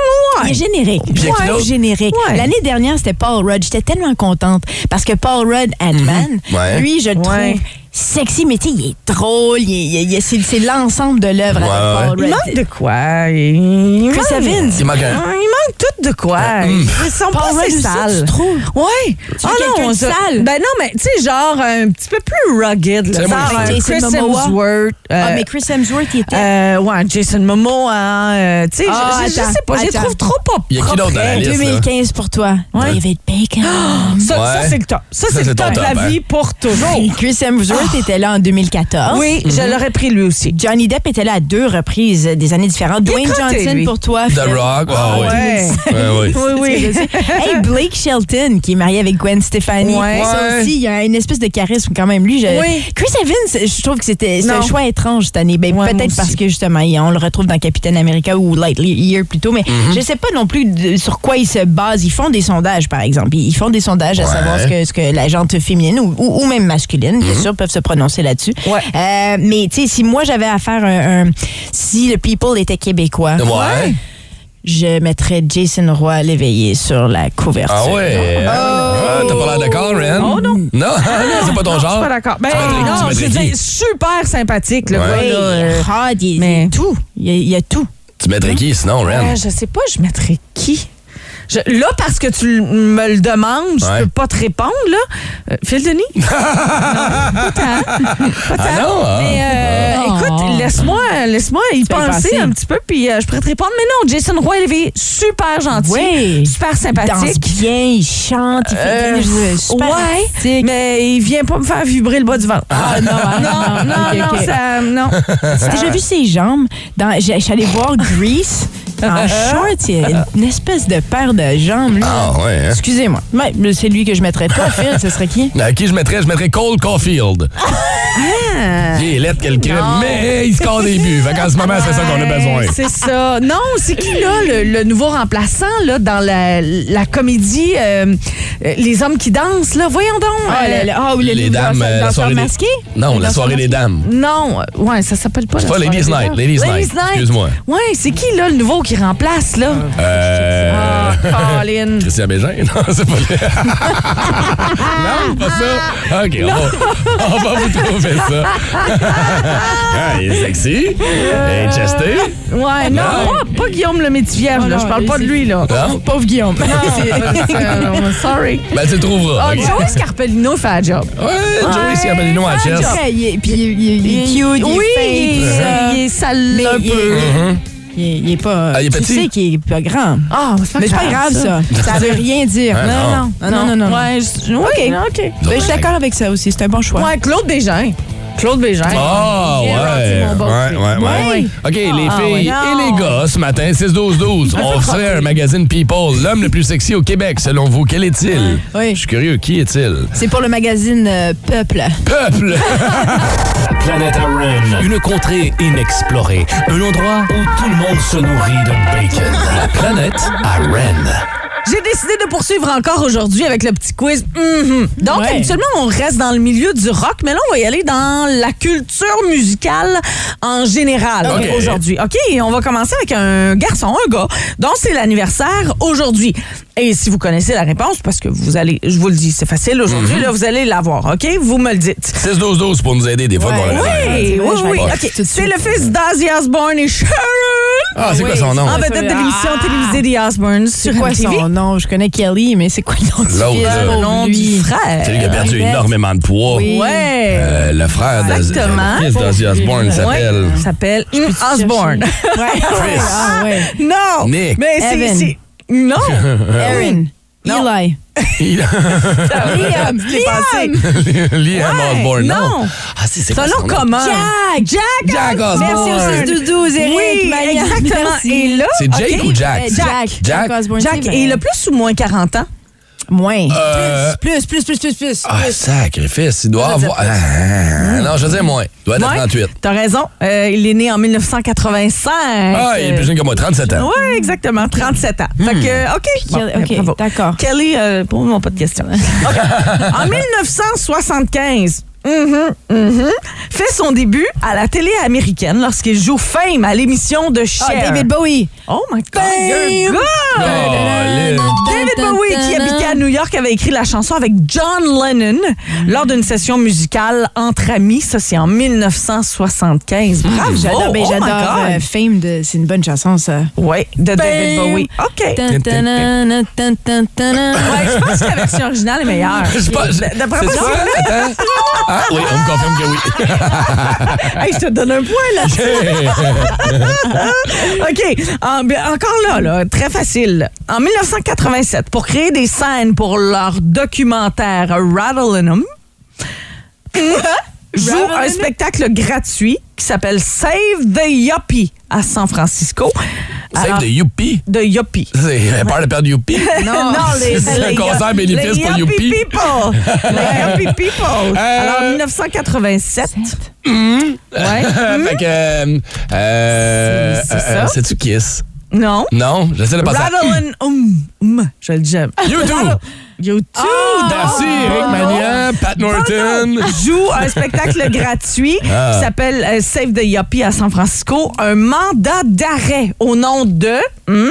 [SPEAKER 7] Il est générique.
[SPEAKER 3] Bien que
[SPEAKER 7] Ouais,
[SPEAKER 3] l'autre.
[SPEAKER 7] générique.
[SPEAKER 5] Ouais.
[SPEAKER 7] L'année dernière, c'était Paul Rudd. J'étais tellement contente parce que Paul Rudd, Ant-Man,
[SPEAKER 3] Ouais.
[SPEAKER 7] lui, je le trouve
[SPEAKER 5] Ouais.
[SPEAKER 7] sexy, mais tu sais, il est drôle. il est- il est- il est- c'est, c'est l'ensemble de l'œuvre
[SPEAKER 3] Ouais, ouais.
[SPEAKER 7] avec Paul
[SPEAKER 5] Il
[SPEAKER 7] Rudd.
[SPEAKER 5] manque de quoi? Il il
[SPEAKER 7] Chris
[SPEAKER 5] manque-
[SPEAKER 7] Evans.
[SPEAKER 3] Il manque un.
[SPEAKER 5] Ah, Il manque tout de quoi. Ils sont pas
[SPEAKER 7] Ah, hum. Paul Rudd
[SPEAKER 5] assez
[SPEAKER 7] aussi,
[SPEAKER 5] sales.
[SPEAKER 7] tu trouves?
[SPEAKER 5] Ouais.
[SPEAKER 7] veux quelqu'un de
[SPEAKER 5] ça-
[SPEAKER 7] sale?
[SPEAKER 5] Ben non, mais tu sais, genre un petit peu plus rugged.
[SPEAKER 3] Tu
[SPEAKER 5] Là,
[SPEAKER 3] sais, moi,
[SPEAKER 5] genre
[SPEAKER 3] je-
[SPEAKER 5] un
[SPEAKER 7] Jason
[SPEAKER 5] Chris
[SPEAKER 7] Momoa.
[SPEAKER 5] Hemsworth. euh,
[SPEAKER 7] Ah, mais Chris Hemsworth, il était.
[SPEAKER 5] euh, ouais, Jason Momoa. hein, euh, tu sais, je-
[SPEAKER 7] Ah,
[SPEAKER 5] je, je
[SPEAKER 7] attends,
[SPEAKER 5] sais pas, je les
[SPEAKER 7] attends.
[SPEAKER 5] trouve trop pas
[SPEAKER 3] Il y a qui
[SPEAKER 5] propres.
[SPEAKER 3] d'autre dans la liste? là?
[SPEAKER 7] 2015 pour toi. David Bacon.
[SPEAKER 5] [gasps] Ça, ça,
[SPEAKER 3] Ouais.
[SPEAKER 5] c'est le top.
[SPEAKER 3] Ça,
[SPEAKER 5] Ça, c'est
[SPEAKER 3] c'est
[SPEAKER 5] le
[SPEAKER 3] ton
[SPEAKER 5] top de
[SPEAKER 3] top,
[SPEAKER 5] la
[SPEAKER 3] hein.
[SPEAKER 5] vie pour toujours.
[SPEAKER 7] Chris Hemsworth était là en 2014.
[SPEAKER 5] Oui,
[SPEAKER 3] Mhm.
[SPEAKER 5] je l'aurais pris lui aussi.
[SPEAKER 7] Johnny Depp était là à deux reprises euh, des années différentes. Dwayne
[SPEAKER 5] crotté,
[SPEAKER 7] Johnson
[SPEAKER 5] lui.
[SPEAKER 7] pour toi.
[SPEAKER 3] The Rock. Ah oui.
[SPEAKER 5] Ouais.
[SPEAKER 3] Ouais, oui.
[SPEAKER 5] Oui, oui. [laughs]
[SPEAKER 7] Hey, Blake Shelton, qui est marié avec Gwen Stefani.
[SPEAKER 5] Ouais.
[SPEAKER 7] Ça aussi, il y a une espèce de charisme quand même. Lui, je-
[SPEAKER 5] Oui.
[SPEAKER 7] Chris Evans, je trouve que c'était c'est un
[SPEAKER 5] Non.
[SPEAKER 7] choix étrange cette année. Ben,
[SPEAKER 5] Ouais, moi
[SPEAKER 7] Peut-être
[SPEAKER 5] aussi.
[SPEAKER 7] parce que justement, il- on le retrouve dans Capitaine America ou Lightyear plutôt, mais
[SPEAKER 5] Mhm.
[SPEAKER 7] je sais pas non plus de- sur quoi ils se basent. Ils font des sondages, par exemple. Ils ils font des sondages à
[SPEAKER 3] Ouais.
[SPEAKER 7] savoir ce que, ce que la gente féminine ou, ou- ou même masculine, bien sûr, peuvent se prononcer là-dessus.
[SPEAKER 5] Mhm. Ouais.
[SPEAKER 7] Euh, mais tu sais, si moi j'avais à faire un, un- Si le People était québécois
[SPEAKER 3] Ouais.
[SPEAKER 7] je mettrais Jason Roy l'éveillé sur la couverture.
[SPEAKER 3] Ah ouais. Ah, T'as pas l'air d'accord, Ren?
[SPEAKER 5] Oh, non.
[SPEAKER 3] Non, [laughs] non, c'est pas ton
[SPEAKER 5] Non, je suis
[SPEAKER 3] genre.
[SPEAKER 5] pas d'accord. Ben
[SPEAKER 3] Ah. Tu mettrais-
[SPEAKER 5] non,
[SPEAKER 3] tu
[SPEAKER 5] je veux
[SPEAKER 3] mettrais
[SPEAKER 5] dire,
[SPEAKER 3] qui?
[SPEAKER 5] super sympathique, le
[SPEAKER 3] Ouais.
[SPEAKER 5] gars,
[SPEAKER 7] Hey,
[SPEAKER 5] là, euh,
[SPEAKER 7] ah, il y a-
[SPEAKER 5] mais-
[SPEAKER 7] tout. Il y, a- il y a tout.
[SPEAKER 3] Tu mettrais qui sinon, Ren?
[SPEAKER 5] Euh, je sais pas, je mettrais qui? Je- là, parce que tu l- me le demandes, je
[SPEAKER 3] Ouais.
[SPEAKER 5] peux pas te répondre, là. Euh, Phil
[SPEAKER 3] [laughs]
[SPEAKER 5] Denis? Non, pas tant. Pas tant.
[SPEAKER 3] Ah non? ah.
[SPEAKER 5] Mais euh,
[SPEAKER 7] Ah.
[SPEAKER 5] écoute, laisse-moi laisse y
[SPEAKER 7] vas y
[SPEAKER 5] penser,
[SPEAKER 7] penser.
[SPEAKER 5] un petit peu, puis euh, je pourrais te répondre. Mais non, Jason Roy élevé, super gentil,
[SPEAKER 7] Oui.
[SPEAKER 5] super
[SPEAKER 7] Il danse
[SPEAKER 5] sympathique.
[SPEAKER 7] bien, il chante, il fait
[SPEAKER 5] Euh,
[SPEAKER 7] des euh, super
[SPEAKER 5] ouais,
[SPEAKER 7] artistique.
[SPEAKER 5] mais il vient pas me faire vibrer le bas du ventre.
[SPEAKER 7] Ah non,
[SPEAKER 5] non,
[SPEAKER 7] ah,
[SPEAKER 5] non,
[SPEAKER 7] ok,
[SPEAKER 5] non,
[SPEAKER 7] ok.
[SPEAKER 5] ça, non.
[SPEAKER 7] T'as déjà vu ses jambes? Dans, j'ai- j'allais voir Grease. En short, il y a une espèce de paire de jambes. Là.
[SPEAKER 3] Ah ouais. hein?
[SPEAKER 7] Excusez-moi. Ouais, mais c'est lui que je mettrais. Toi, Phil, ce
[SPEAKER 3] [laughs]
[SPEAKER 7] serait qui?
[SPEAKER 3] À Euh, qui je mettrais? Je mettrais Cole
[SPEAKER 5] [laughs]
[SPEAKER 3] Caulfield.
[SPEAKER 5] Ah.
[SPEAKER 3] Il est laid qu'elle crème, mais il score des buts. Fait qu'en ce moment, c'est ça qu'on a besoin.
[SPEAKER 5] Ouais, C'est ça. Non, c'est qui là le, le nouveau remplaçant là dans la, la comédie euh, euh, Les hommes qui dansent là, voyons donc.
[SPEAKER 7] Ah,
[SPEAKER 5] euh,
[SPEAKER 7] le- le- ah, ou le
[SPEAKER 3] Les
[SPEAKER 7] livre
[SPEAKER 3] dames,
[SPEAKER 7] dans-
[SPEAKER 3] euh,
[SPEAKER 7] dans
[SPEAKER 3] la
[SPEAKER 7] Sœur
[SPEAKER 3] soirée des-
[SPEAKER 7] masquée?
[SPEAKER 3] Non,
[SPEAKER 7] Dans
[SPEAKER 3] la
[SPEAKER 7] Sœur
[SPEAKER 3] soirée des
[SPEAKER 7] masquée?
[SPEAKER 3] dames.
[SPEAKER 5] Non, euh, ouais, ça s'appelle pas.
[SPEAKER 3] C'est
[SPEAKER 5] la
[SPEAKER 3] pas
[SPEAKER 5] soirée
[SPEAKER 3] Ladies
[SPEAKER 5] des
[SPEAKER 3] Night,
[SPEAKER 5] dames.
[SPEAKER 3] Ladies Night. Excuse-moi.
[SPEAKER 5] Ouais, c'est qui là le nouveau qui qui remplace, là?
[SPEAKER 3] Euh,
[SPEAKER 5] Ah, Colin.
[SPEAKER 3] Christian Bégin? [laughs] Non, c'est pas
[SPEAKER 5] [laughs]
[SPEAKER 3] vrai. non, pas ça. OK, on va, on va vous trouver
[SPEAKER 5] [laughs]
[SPEAKER 3] ça. Ah, il est sexy. Il est chesté.
[SPEAKER 5] Ouais, non, pas, pas Guillaume le métivier, là. Je parle pas de lui, là.
[SPEAKER 3] Non?
[SPEAKER 5] Pauvre Guillaume.
[SPEAKER 7] Ah, [laughs] euh,
[SPEAKER 5] [laughs] Non, sorry.
[SPEAKER 3] Ben, tu le trouveras.
[SPEAKER 5] Ah,
[SPEAKER 3] OK?
[SPEAKER 5] Joey Scarpellino fait la job.
[SPEAKER 3] Ouais, Joey Scarpellino à chest.
[SPEAKER 7] Après, il est- Puis il est- il est
[SPEAKER 5] Oui,
[SPEAKER 7] cute, il est
[SPEAKER 5] il euh,
[SPEAKER 7] fin, tout
[SPEAKER 5] est-
[SPEAKER 7] ça.
[SPEAKER 5] il est sale
[SPEAKER 7] Mais
[SPEAKER 5] un
[SPEAKER 7] il
[SPEAKER 5] peu.
[SPEAKER 7] est- il est- il est pas.
[SPEAKER 3] Mhm. Ah, il est
[SPEAKER 7] Tu
[SPEAKER 3] petit?
[SPEAKER 7] sais qu'il est pas grand.
[SPEAKER 5] Ah, c'est
[SPEAKER 7] Mais c'est pas grave, ça. Ça veut rien dire.
[SPEAKER 3] Ouais,
[SPEAKER 7] Non,
[SPEAKER 3] non.
[SPEAKER 7] Ah, non, non, non, non. non.
[SPEAKER 5] Ouais, je- ouais,
[SPEAKER 7] OK.
[SPEAKER 5] OK.
[SPEAKER 7] Ben, je suis d'accord avec ça aussi. C'est un bon choix.
[SPEAKER 5] Ouais, Claude Bégin. Claude Bégin.
[SPEAKER 3] Ah, ouais. Ouais, ouais, ouais.
[SPEAKER 5] Ouais.
[SPEAKER 3] OK, les
[SPEAKER 5] Ah,
[SPEAKER 3] filles
[SPEAKER 5] ouais, Ah,
[SPEAKER 3] et les gars, ce matin, 6-12-12, on serait un magazine People. L'homme le plus sexy au Québec, selon vous, quel est-il?
[SPEAKER 7] Oui.
[SPEAKER 3] Je suis curieux, qui est-il?
[SPEAKER 7] C'est pour le magazine euh, Peuple.
[SPEAKER 3] Peuple! [laughs]
[SPEAKER 2] Planète Aren, une contrée inexplorée, un endroit où tout le monde se nourrit de bacon. La planète Aren.
[SPEAKER 5] J'ai décidé de poursuivre encore aujourd'hui avec le petit quiz. Mhm. Donc,
[SPEAKER 7] Ouais.
[SPEAKER 5] habituellement, on reste dans le milieu du rock, mais là, on va y aller dans la culture musicale en général
[SPEAKER 3] Ok.
[SPEAKER 5] aujourd'hui. OK, on va commencer avec un garçon, un gars, dont c'est l'anniversaire aujourd'hui. Et si vous connaissez la réponse, parce que vous allez, je vous le dis, c'est facile aujourd'hui,
[SPEAKER 7] Mhm.
[SPEAKER 5] là, vous allez l'avoir, OK? Vous me le dites.
[SPEAKER 3] 6-12-12 pour nous aider des fois. qu'on a la misère.
[SPEAKER 5] Oui, oui,
[SPEAKER 7] Ah, je vais
[SPEAKER 5] oui.
[SPEAKER 7] aller
[SPEAKER 5] OK.
[SPEAKER 7] tout de
[SPEAKER 5] C'est le fils d'Ozzy Osbourne et Sharon.
[SPEAKER 3] Ah, c'est quoi son nom?
[SPEAKER 5] En vedette de l'émission télévisée des Osbournes sur
[SPEAKER 7] C'est quoi Euh,
[SPEAKER 5] MTV.
[SPEAKER 7] son nom? Je connais Kelly, mais c'est quoi le nom du
[SPEAKER 3] L'autre, euh,
[SPEAKER 7] fils?
[SPEAKER 3] là.
[SPEAKER 5] Le nom
[SPEAKER 7] Pauvre
[SPEAKER 5] du
[SPEAKER 7] lui.
[SPEAKER 5] frère.
[SPEAKER 3] Celui qui a perdu
[SPEAKER 7] Yvette.
[SPEAKER 3] énormément de poids.
[SPEAKER 5] Ouais.
[SPEAKER 3] Euh, le frère d'Oz-
[SPEAKER 5] Exactement.
[SPEAKER 3] le fils d'Ozzy Osbourne s'appelle.
[SPEAKER 5] Ouais, s'appelle Osborne.
[SPEAKER 7] Ouais. Ah, ouais.
[SPEAKER 5] [laughs] non.
[SPEAKER 3] Nick.
[SPEAKER 5] Mais c'est
[SPEAKER 7] Evan.
[SPEAKER 5] c'est- non.
[SPEAKER 3] Ben
[SPEAKER 7] Aaron.
[SPEAKER 5] Non.
[SPEAKER 7] Eli. Ah, Liam. Liam.
[SPEAKER 3] Liam
[SPEAKER 5] Ouais,
[SPEAKER 3] Osbourne.
[SPEAKER 5] non.
[SPEAKER 3] Ah, si, c'est
[SPEAKER 5] C'est un
[SPEAKER 3] quoi son
[SPEAKER 5] nom commun.
[SPEAKER 7] Jack. Jack.
[SPEAKER 3] Jack Osbourne.
[SPEAKER 7] Merci au 6-12-12, Eric.
[SPEAKER 5] Oui,
[SPEAKER 7] Maya.
[SPEAKER 5] exactement.
[SPEAKER 7] Merci.
[SPEAKER 5] Et là,
[SPEAKER 3] C'est Jake
[SPEAKER 5] OK. Eh,
[SPEAKER 3] ou Ben, Jack?
[SPEAKER 7] Euh, Jack.
[SPEAKER 3] Jack. Ah,
[SPEAKER 7] Osbourne,
[SPEAKER 5] Jack
[SPEAKER 7] c'est
[SPEAKER 5] est
[SPEAKER 7] vrai.
[SPEAKER 5] le plus ou moins 40 ans.
[SPEAKER 7] Moins.
[SPEAKER 3] Euh,
[SPEAKER 7] Plus, plus, plus, plus, plus.
[SPEAKER 3] Ah, sacrifice. Il doit avoir. Ah, non, je veux dire moins. Il doit être à
[SPEAKER 5] Ouais,
[SPEAKER 3] 38.
[SPEAKER 5] T'as raison. Euh, il est né en 1985.
[SPEAKER 3] Ah, il est plus jeune que moi, 37 ans.
[SPEAKER 5] Oui, exactement. 37 ans. Fait que, OK.
[SPEAKER 7] Quel-
[SPEAKER 5] Bon,
[SPEAKER 7] Hmm. OK,
[SPEAKER 5] bravo.
[SPEAKER 7] d'accord.
[SPEAKER 5] Kelly, euh, pour moi, pas de
[SPEAKER 7] [laughs]
[SPEAKER 5] question. OK. en 1975, mhm, mhm, fait son début à la télé américaine lorsqu'il joue Fame à l'émission de Cher.
[SPEAKER 7] Ah, David Bowie.
[SPEAKER 5] Oh my God, you're good.
[SPEAKER 3] Oh, Colin.
[SPEAKER 5] David Bowie, qui habitait à New York, avait écrit la chanson avec John Lennon lors d'une session musicale entre amis. Ça, c'est en 1975. Bravo!
[SPEAKER 7] J'adore, ben,
[SPEAKER 5] Oh my
[SPEAKER 7] j'adore
[SPEAKER 5] God.
[SPEAKER 7] euh, Fame. de- C'est une bonne chanson, ça.
[SPEAKER 5] Ouais, de David Bowie. OK. Ouais, je pense que la version originale est meilleure.
[SPEAKER 3] Je sais pas. je-
[SPEAKER 5] D- D'après moi,
[SPEAKER 3] C'est ça? Attends. Ah, oui, on me confirme que oui.
[SPEAKER 5] Hey, je te donne un point,
[SPEAKER 3] [laughs]
[SPEAKER 5] là. OK. En- ben, encore là, là, très facile. En 1987, pour créer des scènes pour leur documentaire [laughs] Rattlin'em, joue un spectacle gratuit qui s'appelle Save the Yuppie à San Francisco.
[SPEAKER 3] Save
[SPEAKER 5] Alors,
[SPEAKER 3] the Youpi.
[SPEAKER 5] de Yuppie.
[SPEAKER 3] C'est elle a peur de perdre Youpi.
[SPEAKER 5] Non, les,
[SPEAKER 3] [laughs] C'est un
[SPEAKER 5] les-
[SPEAKER 3] concert bénéfice
[SPEAKER 5] les
[SPEAKER 3] pour
[SPEAKER 5] yuppie
[SPEAKER 3] Youpi.
[SPEAKER 5] People.
[SPEAKER 3] [laughs]
[SPEAKER 5] les Yuppie People. Alors,
[SPEAKER 3] Euh.
[SPEAKER 5] 1987. Ouais.
[SPEAKER 3] [laughs] fait que. euh, Euh.
[SPEAKER 5] Hmm? C'est- c'est ça?
[SPEAKER 3] euh, C'est-tu Kiss?
[SPEAKER 5] Non.
[SPEAKER 3] Non, j'essaie de passer. à-
[SPEAKER 5] Rattlin' um, um, je le dis.
[SPEAKER 3] You too! Ah.
[SPEAKER 5] You too.
[SPEAKER 3] Merci, Eric Magnan, Pat Norton.
[SPEAKER 5] joue un
[SPEAKER 3] [laughs]
[SPEAKER 5] spectacle gratuit
[SPEAKER 3] Ah.
[SPEAKER 5] qui s'appelle euh, Save the Yuppie à San Francisco. Un mandat d'arrêt au nom de hmm,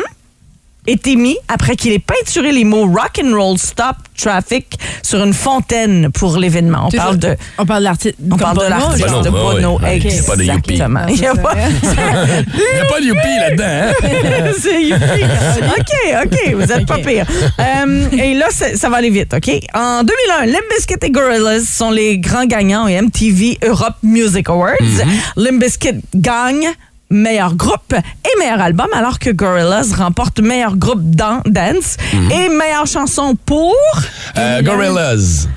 [SPEAKER 5] est émis après qu'il ait peinturé les mots rock and roll stop traffic sur une fontaine pour l'événement. On parle de
[SPEAKER 7] On parle de l'artiste.
[SPEAKER 5] on parle de l'artiste
[SPEAKER 3] Bono.
[SPEAKER 5] de
[SPEAKER 3] Ouais,
[SPEAKER 5] Bono.
[SPEAKER 3] ouais, ouais. Il y a pas de yuppie. Ah,
[SPEAKER 5] Exactement. Il y a pas-
[SPEAKER 3] Il n'y a pas de Youpi là-dedans, hein?
[SPEAKER 5] [laughs] C'est yuppie. OK, OK, vous êtes pas pire. Euh, et là, ça, ça va aller vite, OK? En 2001, Limp Bizkit et Gorillaz sont les grands gagnants au MTV Europe Music Awards. Limp Bizkit gagne meilleur groupe et meilleur album, alors que Gorillaz remporte meilleur groupe dan- dance et meilleure chanson pour...
[SPEAKER 3] Euh, Gorillaz.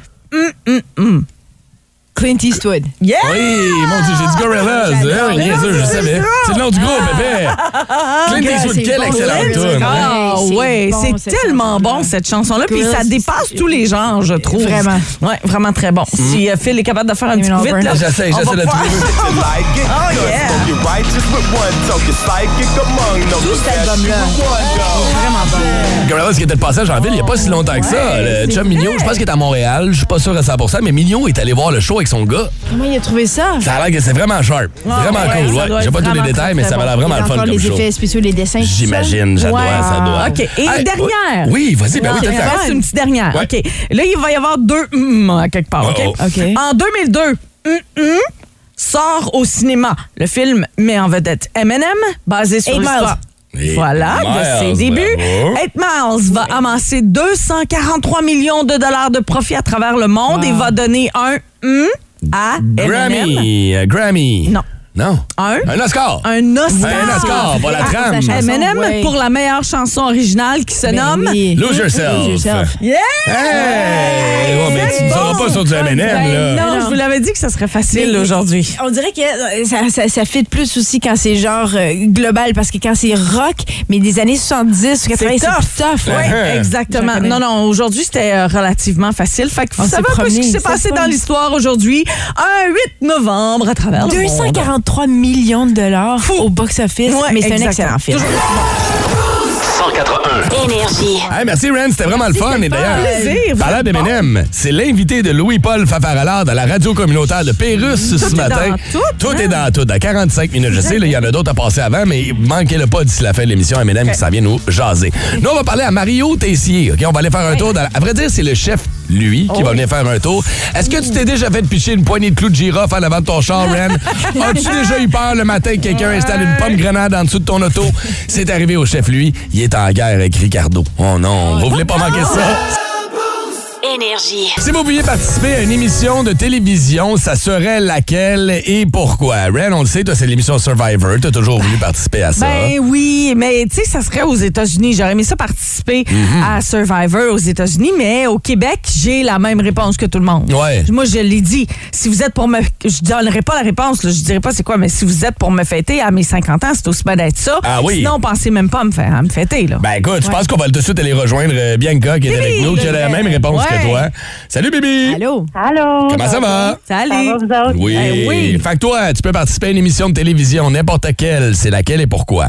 [SPEAKER 7] Clint Eastwood.
[SPEAKER 5] Yeah!
[SPEAKER 3] Oui, mon Dieu, j'ai dit Gorillaz. Hein, bien sûr, je savais. C'est le nom du groupe, bébé. Clint Eastwood,
[SPEAKER 7] c'est
[SPEAKER 3] quelle
[SPEAKER 7] bon,
[SPEAKER 3] excellente
[SPEAKER 7] Limp
[SPEAKER 3] tune.
[SPEAKER 7] Bizkit.
[SPEAKER 3] hein?
[SPEAKER 5] Ah
[SPEAKER 7] c'est
[SPEAKER 5] ouais,
[SPEAKER 7] bon,
[SPEAKER 5] c'est
[SPEAKER 7] cette
[SPEAKER 5] tellement
[SPEAKER 7] chanson-là.
[SPEAKER 5] bon cette chanson-là, puis
[SPEAKER 7] Good.
[SPEAKER 5] ça dépasse tous les genres, je trouve.
[SPEAKER 7] Vraiment.
[SPEAKER 5] Ouais, vraiment très bon. Si euh, Phil est capable de faire un petit
[SPEAKER 7] Even
[SPEAKER 5] coup vite,
[SPEAKER 7] over.
[SPEAKER 5] là,
[SPEAKER 3] J'essaie,
[SPEAKER 5] on va
[SPEAKER 3] j'essaie de
[SPEAKER 5] pouvoir-
[SPEAKER 3] trouver.
[SPEAKER 5] Oh yeah! Tout cet album-là. Vraiment bon.
[SPEAKER 3] Comme là, ce qui était le passage en ville, il n'y a pas si longtemps que ça. Le chum Mignot, je pense qu'il est à Montréal, je suis pas sûr à 100%, mais Mignot est allé voir le show avec son gars.
[SPEAKER 7] Comment il a trouvé ça?
[SPEAKER 3] Ça a l'air que c'est vraiment sharp. Vraiment
[SPEAKER 5] Ah, ouais,
[SPEAKER 3] cool,
[SPEAKER 5] ça
[SPEAKER 3] ouais.
[SPEAKER 5] doit
[SPEAKER 3] J'ai
[SPEAKER 5] être
[SPEAKER 3] pas tous les
[SPEAKER 5] vraiment
[SPEAKER 3] détails,
[SPEAKER 5] très,
[SPEAKER 3] mais
[SPEAKER 5] très
[SPEAKER 3] ça va
[SPEAKER 5] bon.
[SPEAKER 3] l'air vraiment le fun
[SPEAKER 7] encore
[SPEAKER 3] comme
[SPEAKER 7] les
[SPEAKER 3] show.
[SPEAKER 7] effets spéciaux, les dessins. tout ça?
[SPEAKER 3] J'imagine, ça
[SPEAKER 7] Ouais.
[SPEAKER 3] doit, ça doit.
[SPEAKER 5] OK, et
[SPEAKER 3] Hey, ouais.
[SPEAKER 5] dernière.
[SPEAKER 3] Oui, vas-y, ben oui,
[SPEAKER 5] Il
[SPEAKER 3] t'as
[SPEAKER 5] en
[SPEAKER 3] fait.
[SPEAKER 5] reste une petite dernière.
[SPEAKER 3] Ouais.
[SPEAKER 5] OK. Là, il va y avoir deux hum à quelque part. OK?
[SPEAKER 3] Uh-oh.
[SPEAKER 7] OK.
[SPEAKER 5] En 2002, hum, hum sort au cinéma. Le film met en vedette Eminem, basé sur
[SPEAKER 7] Eight
[SPEAKER 5] l'histoire.
[SPEAKER 3] Miles. Eight
[SPEAKER 5] Voilà,
[SPEAKER 3] Miles,
[SPEAKER 5] de ses débuts.
[SPEAKER 3] bravo.
[SPEAKER 5] Eight Miles va amasser 243 millions de dollars de profit à travers le monde et va donner un hum à Eminem.
[SPEAKER 3] Grammy, euh, Grammy.
[SPEAKER 5] Non.
[SPEAKER 3] Non.
[SPEAKER 5] Un.
[SPEAKER 3] Un Oscar.
[SPEAKER 5] Un Oscar.
[SPEAKER 3] Un Oscar, voilà la
[SPEAKER 7] Ah,
[SPEAKER 3] trame.
[SPEAKER 7] ça change.
[SPEAKER 5] Eminem
[SPEAKER 7] Ouais.
[SPEAKER 5] pour la meilleure chanson originale qui se
[SPEAKER 7] Ben
[SPEAKER 5] nomme
[SPEAKER 7] oui.
[SPEAKER 3] Lose
[SPEAKER 7] Lose
[SPEAKER 3] yourself.
[SPEAKER 7] Yourself.
[SPEAKER 5] Yeah!
[SPEAKER 3] Hey! Ouais, mais
[SPEAKER 5] C'est
[SPEAKER 3] tu ne seras
[SPEAKER 5] bon.
[SPEAKER 3] pas sur du M&M,
[SPEAKER 5] Ben
[SPEAKER 3] là.
[SPEAKER 5] non, je vous l'avais dit que ça serait facile
[SPEAKER 7] Mais-
[SPEAKER 5] aujourd'hui.
[SPEAKER 7] On dirait que euh, ça, ça, ça fit plus aussi quand c'est genre euh, global, parce que quand c'est rock, mais des années 70 ou 80, c'est
[SPEAKER 5] tough.
[SPEAKER 7] plus tough.
[SPEAKER 5] Oui,
[SPEAKER 3] Uh-huh.
[SPEAKER 5] exactement.
[SPEAKER 7] Je la connais.
[SPEAKER 5] Non, non, aujourd'hui, c'était euh, relativement facile. Fait que vous
[SPEAKER 7] On
[SPEAKER 5] savez
[SPEAKER 7] s'est
[SPEAKER 5] un peu ce
[SPEAKER 7] promené,
[SPEAKER 5] qui s'est
[SPEAKER 7] c'est
[SPEAKER 5] passé
[SPEAKER 7] le
[SPEAKER 5] dans
[SPEAKER 7] fun.
[SPEAKER 5] l'histoire aujourd'hui. Un 8 novembre à travers le monde.
[SPEAKER 7] 243 millions de dollars au box-office,
[SPEAKER 5] Ouais,
[SPEAKER 7] mais c'est un
[SPEAKER 5] exactement.
[SPEAKER 7] excellent film.
[SPEAKER 5] Toujours-
[SPEAKER 2] 181.
[SPEAKER 8] Énergie.
[SPEAKER 3] Hey, merci, Ren, c'était vraiment le fun. Et d'ailleurs,
[SPEAKER 5] plaisir,
[SPEAKER 3] parlant d'Eminem, c'est l'invité de Louis-Paul Fafaralard à la radio communautaire de Pérusse ce
[SPEAKER 5] est
[SPEAKER 3] matin.
[SPEAKER 5] dans tout, hein?
[SPEAKER 3] est dans tout. À 45 minutes, je sais, là, il y en a d'autres à passer avant, mais manquez-le pas d'ici la fin de l'émission. Eminem qui s'en vient nous jaser. Nous, on va parler à Mario Tessier. OK? On va aller faire un tour. dans la- À vrai dire, c'est le chef, lui, qui va venir faire un tour. Est-ce que tu t'es déjà fait pitcher une poignée de clous de girafe en avant de ton char,
[SPEAKER 5] [laughs]
[SPEAKER 3] Ren? As-tu déjà eu peur le matin que quelqu'un installe une pomme grenade en dessous de ton auto? C'est arrivé au chef, lui. Il est en guerre avec Ricardo. Oh non, vous voulez pas manquer ça?
[SPEAKER 8] Énergie.
[SPEAKER 3] Si vous pouviez participer à une émission de télévision, ça serait laquelle et pourquoi? Ren, on le sait, toi, c'est l'émission Survivor. T'as toujours voulu participer à ça.
[SPEAKER 5] Ben oui, mais tu sais, ça serait aux États-Unis. J'aurais aimé ça participer
[SPEAKER 3] Mm-hmm.
[SPEAKER 5] à Survivor aux États-Unis, mais au Québec, j'ai la même réponse que tout le monde.
[SPEAKER 3] Ouais.
[SPEAKER 5] Moi, je l'ai dit. Si vous êtes pour me. Je donnerai pas la réponse, là, je dirais pas c'est quoi, mais si vous êtes pour me fêter à mes 50 ans, c'est aussi bien d'être ça.
[SPEAKER 3] Ah oui.
[SPEAKER 5] Sinon, pensez même pas à me faire à me fêter, là.
[SPEAKER 3] Ben écoute, je pense qu'on va tout de suite aller rejoindre euh, Bianca qui est avec nous, qui a la même réponse
[SPEAKER 5] Ouais.
[SPEAKER 3] que toi. Salut, Bibi!
[SPEAKER 7] Allô?
[SPEAKER 9] Allô?
[SPEAKER 3] Comment ça va?
[SPEAKER 5] Salut.
[SPEAKER 3] Oui.
[SPEAKER 5] Ben oui.
[SPEAKER 3] Fait que toi, tu peux participer à une émission de télévision, n'importe laquelle. C'est laquelle et pourquoi?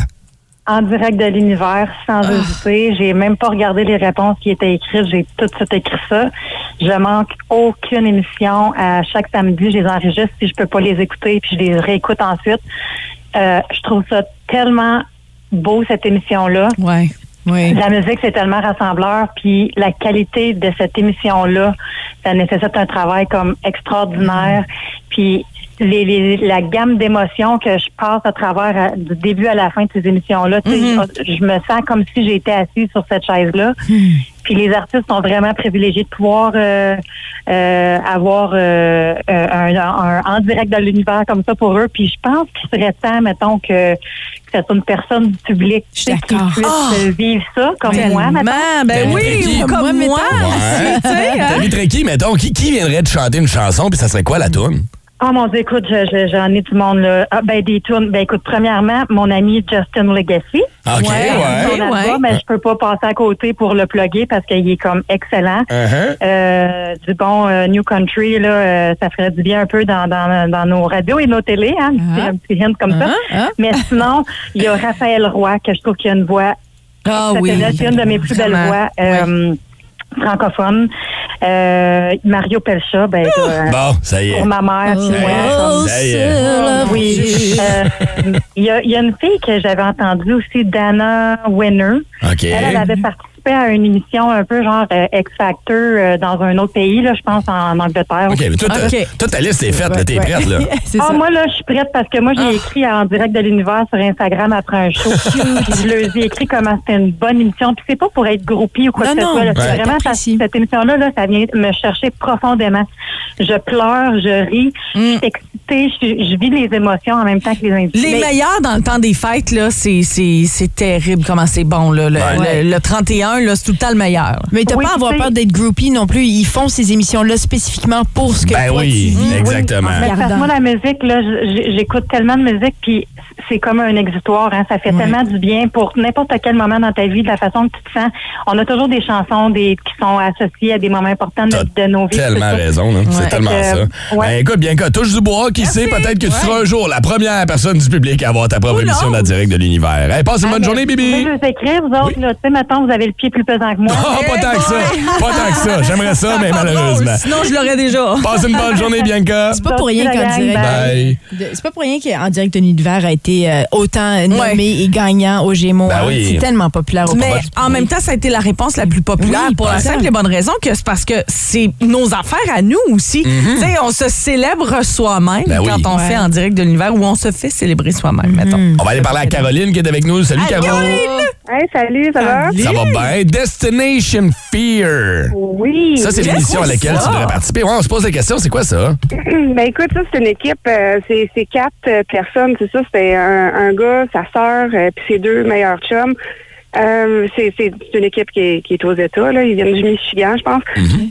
[SPEAKER 9] En direct de l'univers, sans hésiter. J'ai même pas regardé les réponses qui étaient écrites. J'ai tout de suite écrit ça. Je manque aucune émission. À chaque samedi, je les enregistre si je peux pas les écouter, puis je les réécoute ensuite. Euh, je trouve ça tellement beau, cette émission-là.
[SPEAKER 5] Ouais. Oui.
[SPEAKER 9] La musique, c'est tellement rassembleur, puis la qualité de cette émission-là, ça nécessite un travail comme
[SPEAKER 7] Mm.
[SPEAKER 9] extraordinaire, puis les, les- la gamme d'émotions que je passe à travers à- du début à la fin de ces émissions-là, tu sais,
[SPEAKER 7] Mm-hmm.
[SPEAKER 9] je, je me sens comme si j'étais assise sur cette chaise-là.
[SPEAKER 7] Hmm.
[SPEAKER 9] Puis les artistes sont vraiment privilégiés de pouvoir euh, euh, avoir euh, euh, un, un- en direct dans l'univers comme ça pour eux. Puis je pense qu'il serait temps, mettons, que, que ce soit une personne du public
[SPEAKER 7] Je
[SPEAKER 9] tu
[SPEAKER 7] suis
[SPEAKER 9] sais, qui
[SPEAKER 7] d'accord.
[SPEAKER 9] puisse euh, vivre ça comme moi.
[SPEAKER 5] Ah! Tellement.
[SPEAKER 9] mettons.
[SPEAKER 5] Ben oui,
[SPEAKER 3] Tellement.
[SPEAKER 5] ou
[SPEAKER 7] Moi,
[SPEAKER 5] comme moi.
[SPEAKER 7] mettons.
[SPEAKER 5] [laughs]
[SPEAKER 3] Ouais.
[SPEAKER 5] Tu sais, hein?
[SPEAKER 3] T'as vu Tréki, mettons, qui, qui viendrait te chanter une chanson, puis ça serait quoi la toune?
[SPEAKER 9] Oh mon Dieu, écoute, je- je- j'en ai du monde là. Ah, ben des tunes. Ben écoute, premièrement, mon ami Justin Legacy. euh,
[SPEAKER 3] OK,
[SPEAKER 5] Eh Ouais.
[SPEAKER 9] Son
[SPEAKER 5] ouais.
[SPEAKER 9] album, ben, je peux pas passer à côté pour le plugger parce qu'il est comme excellent.
[SPEAKER 3] Uh-huh.
[SPEAKER 9] Euh, du bon euh, New Country, là, euh, ça ferait du bien un peu dans, dans, dans nos radios et nos télés, hein, un
[SPEAKER 5] Ah.
[SPEAKER 9] petit- un petit hint comme ça. Mais sinon, il y a Raphaël Roy, que je trouve qu'il a une voix
[SPEAKER 5] Ah
[SPEAKER 9] Ça,
[SPEAKER 5] oui.
[SPEAKER 9] c'est là, c'est une de mes plus belles
[SPEAKER 5] Vraiment.
[SPEAKER 9] voix euh, francophones. Euh, Mario Pelcha,
[SPEAKER 5] Ah!
[SPEAKER 9] ben, euh,
[SPEAKER 3] Bon, ça y est.
[SPEAKER 9] pour ma mère, puis moi.
[SPEAKER 3] Hey, ça y est.
[SPEAKER 9] comme-
[SPEAKER 7] Oh,
[SPEAKER 9] Oui. Euh, Il y, a- il y a une fille que j'avais entendue aussi, Dana Winner.
[SPEAKER 3] OK.
[SPEAKER 9] Elle, elle avait participé à une émission un peu genre euh, X Factor euh, dans un autre pays, là, je pense en Angleterre.
[SPEAKER 3] OK, mais toi, t'as-
[SPEAKER 5] Ok.
[SPEAKER 3] toi, ta liste est faite, là, t'es prête, là.
[SPEAKER 7] C'est
[SPEAKER 9] Ah,
[SPEAKER 7] ça. Ah.
[SPEAKER 9] moi, là, je suis prête parce que moi, j'ai écrit en direct de l'univers sur Instagram après un
[SPEAKER 7] [laughs]
[SPEAKER 9] show. je leur ai écrit comment c'était une bonne émission. Puis c'est pas pour être groupie ou quoi
[SPEAKER 7] Non,
[SPEAKER 9] que ce
[SPEAKER 7] non,
[SPEAKER 9] soit. là. C'est
[SPEAKER 7] ouais.
[SPEAKER 9] vraiment parce que
[SPEAKER 7] T'apprécies.
[SPEAKER 9] cette émission-là, là, ça vient me chercher profondément. Je pleure, je ris, je
[SPEAKER 7] Mm.
[SPEAKER 9] suis excitée, je, suis- je vis les émotions en même temps que les individus.
[SPEAKER 5] Les meilleurs dans le temps des fêtes, là, c'est, c'est, c'est terrible comment c'est bon. Là. Le,
[SPEAKER 3] Ouais.
[SPEAKER 5] le- le 31, un, là, c'est tout le temps le meilleur.
[SPEAKER 7] Mais t'as
[SPEAKER 9] Oui,
[SPEAKER 7] pas à avoir
[SPEAKER 9] tu sais-
[SPEAKER 7] peur d'être groupie non plus. Ils font ces émissions-là spécifiquement pour ce que
[SPEAKER 3] Ben
[SPEAKER 7] toi,
[SPEAKER 3] oui,
[SPEAKER 7] tu vis.
[SPEAKER 3] exactement.
[SPEAKER 7] en
[SPEAKER 9] Mais parce que
[SPEAKER 7] regardant.
[SPEAKER 9] moi, la musique, là, j- j'écoute tellement de musique, puis c'est comme un exutoire. Hein? Ça fait tellement du bien pour n'importe quel moment dans ta vie, de la façon que tu te sens. On a toujours des chansons des, qui sont associées à des moments importants de, de nos vies.
[SPEAKER 3] Tellement
[SPEAKER 9] c'est ça.
[SPEAKER 3] raison, là. c'est
[SPEAKER 9] Fait
[SPEAKER 3] tellement
[SPEAKER 9] que,
[SPEAKER 3] ça.
[SPEAKER 9] ouais.
[SPEAKER 3] Ben, écoute, Bianca, touche du bois, qui sait, peut-être que tu seras un jour la première personne du public à avoir ta propre émission de la direct de l'univers. Hey, passe une bonne journée,
[SPEAKER 9] Vous
[SPEAKER 3] Bibi!
[SPEAKER 9] pouvez
[SPEAKER 3] [laughs]
[SPEAKER 9] vous écrire, vous autres, là, tu sais, maintenant, vous avez le pied plus pesant que moi.
[SPEAKER 3] Ah, pas tant que ça! Pas tant que ça! J'aimerais ça, mais malheureusement.
[SPEAKER 5] Sinon, je l'aurais déjà.
[SPEAKER 3] Passe une bonne journée, Bianca!
[SPEAKER 7] C'est pas pour rien
[SPEAKER 9] Sorti la
[SPEAKER 7] qu'en
[SPEAKER 9] gang, ben,
[SPEAKER 7] direct.
[SPEAKER 3] Bye!
[SPEAKER 7] de- C'est pas pour rien qu'en direct de l'univers a été euh, autant nommé et gagnant au Gémeaux.
[SPEAKER 3] Ben
[SPEAKER 7] hein.
[SPEAKER 3] oui.
[SPEAKER 7] C'est tellement populaire au
[SPEAKER 5] Mais
[SPEAKER 7] Québec.
[SPEAKER 5] en même temps, ça a été la réponse la plus populaire
[SPEAKER 7] Oui,
[SPEAKER 5] pour la
[SPEAKER 7] ben ça.
[SPEAKER 5] simple et bonne raison que c'est parce que c'est nos affaires à nous aussi. Tu sais, on se célèbre soi-même
[SPEAKER 3] Ben oui.
[SPEAKER 5] quand on fait en direct de l'univers ou on se fait célébrer soi-même, mettons. Ah
[SPEAKER 3] On va aller parler à Caroline qui est avec nous. Salut, Caroline!
[SPEAKER 9] Hey, salut, ça
[SPEAKER 10] Ah
[SPEAKER 9] va?
[SPEAKER 3] Ça va bien? Destination Fear!
[SPEAKER 9] Oui.
[SPEAKER 3] Ça, c'est l'émission à laquelle tu devrais participer. Ouais, on se pose la question, c'est quoi ça?
[SPEAKER 10] [clears throat] Ben écoute, ça c'est une équipe, euh, c'est c'est quatre euh, personnes, c'est ça, c'est un, un gars, sa sœur, euh, puis ses deux meilleurs chums. Euh, c'est c'est- c'est une équipe qui est, qui est aux États, là. ils viennent du Michigan, je pense.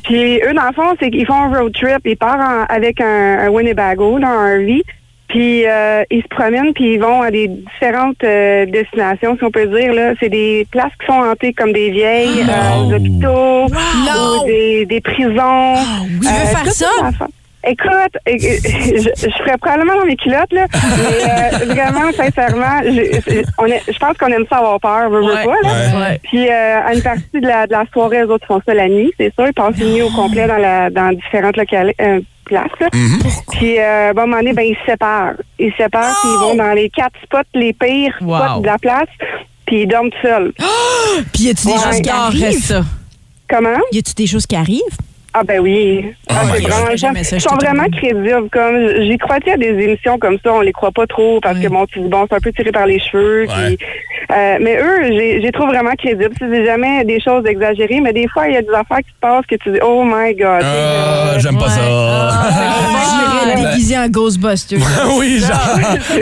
[SPEAKER 10] Puis eux, dans le fond, c'est qu'ils font un road trip, ils partent en- avec un, un Winnebago, là, un RV, puis euh, ils se promènent, puis ils vont à des différentes euh, destinations, si on peut dire. là. C'est des places qui sont hantées comme des vieilles, euh, des hôpitaux, ou des, des prisons.
[SPEAKER 7] Ah Tu veux faire
[SPEAKER 10] tout
[SPEAKER 7] ça?
[SPEAKER 10] un enfant. Écoute, é- é- je, je ferais probablement dans mes culottes, là, mais euh,
[SPEAKER 5] [laughs]
[SPEAKER 10] vraiment, sincèrement, je, je- on est- je pense qu'on aime ça avoir peur, veux, veux
[SPEAKER 5] Ouais.
[SPEAKER 10] pas, là.
[SPEAKER 5] Ouais.
[SPEAKER 10] Puis euh, à une partie de la, de la soirée, eux autres font ça la nuit, c'est sûr. Ils passent une nuit au complet dans, la, dans différentes locali- euh, places. là.
[SPEAKER 5] Mhm.
[SPEAKER 10] Puis euh, bon, à un moment donné, ben, ils se séparent. Ils se séparent, puis ils vont dans les quatre spots, les pires
[SPEAKER 5] Oh! Wow.
[SPEAKER 10] spots de la place, puis ils dorment tout seuls.
[SPEAKER 7] Puis y a-tu des
[SPEAKER 10] Ouais.
[SPEAKER 7] choses qui
[SPEAKER 5] Carré
[SPEAKER 7] arrivent?
[SPEAKER 5] ça.
[SPEAKER 10] Comment?
[SPEAKER 7] Y a-tu des choses qui arrivent?
[SPEAKER 10] Ah ben oui. Ah,
[SPEAKER 3] Oh my
[SPEAKER 10] c'est
[SPEAKER 3] God.
[SPEAKER 10] vraiment le fun.
[SPEAKER 7] Jamais ça,
[SPEAKER 10] Ils
[SPEAKER 7] je
[SPEAKER 10] sont
[SPEAKER 7] te
[SPEAKER 10] vraiment
[SPEAKER 7] trouve.
[SPEAKER 10] crédibles. Comme j'y crois qu'il y a des émissions comme ça, on les croit pas trop parce que bon, tu dis, bon, c'est un peu tiré par les cheveux.
[SPEAKER 3] Ouais.
[SPEAKER 10] puis, euh, mais eux, j'ai- j'ai trouve vraiment crédibles. Tu sais, C'est jamais des choses exagérées, mais des fois, il y a des affaires qui se passent que tu dis, oh my God.
[SPEAKER 7] Euh,
[SPEAKER 3] Ah, j'aime pas
[SPEAKER 7] Ah,
[SPEAKER 3] [laughs] Ah, ça!
[SPEAKER 7] J'irais déguisé en Ghostbusters.
[SPEAKER 3] [laughs] oui, genre!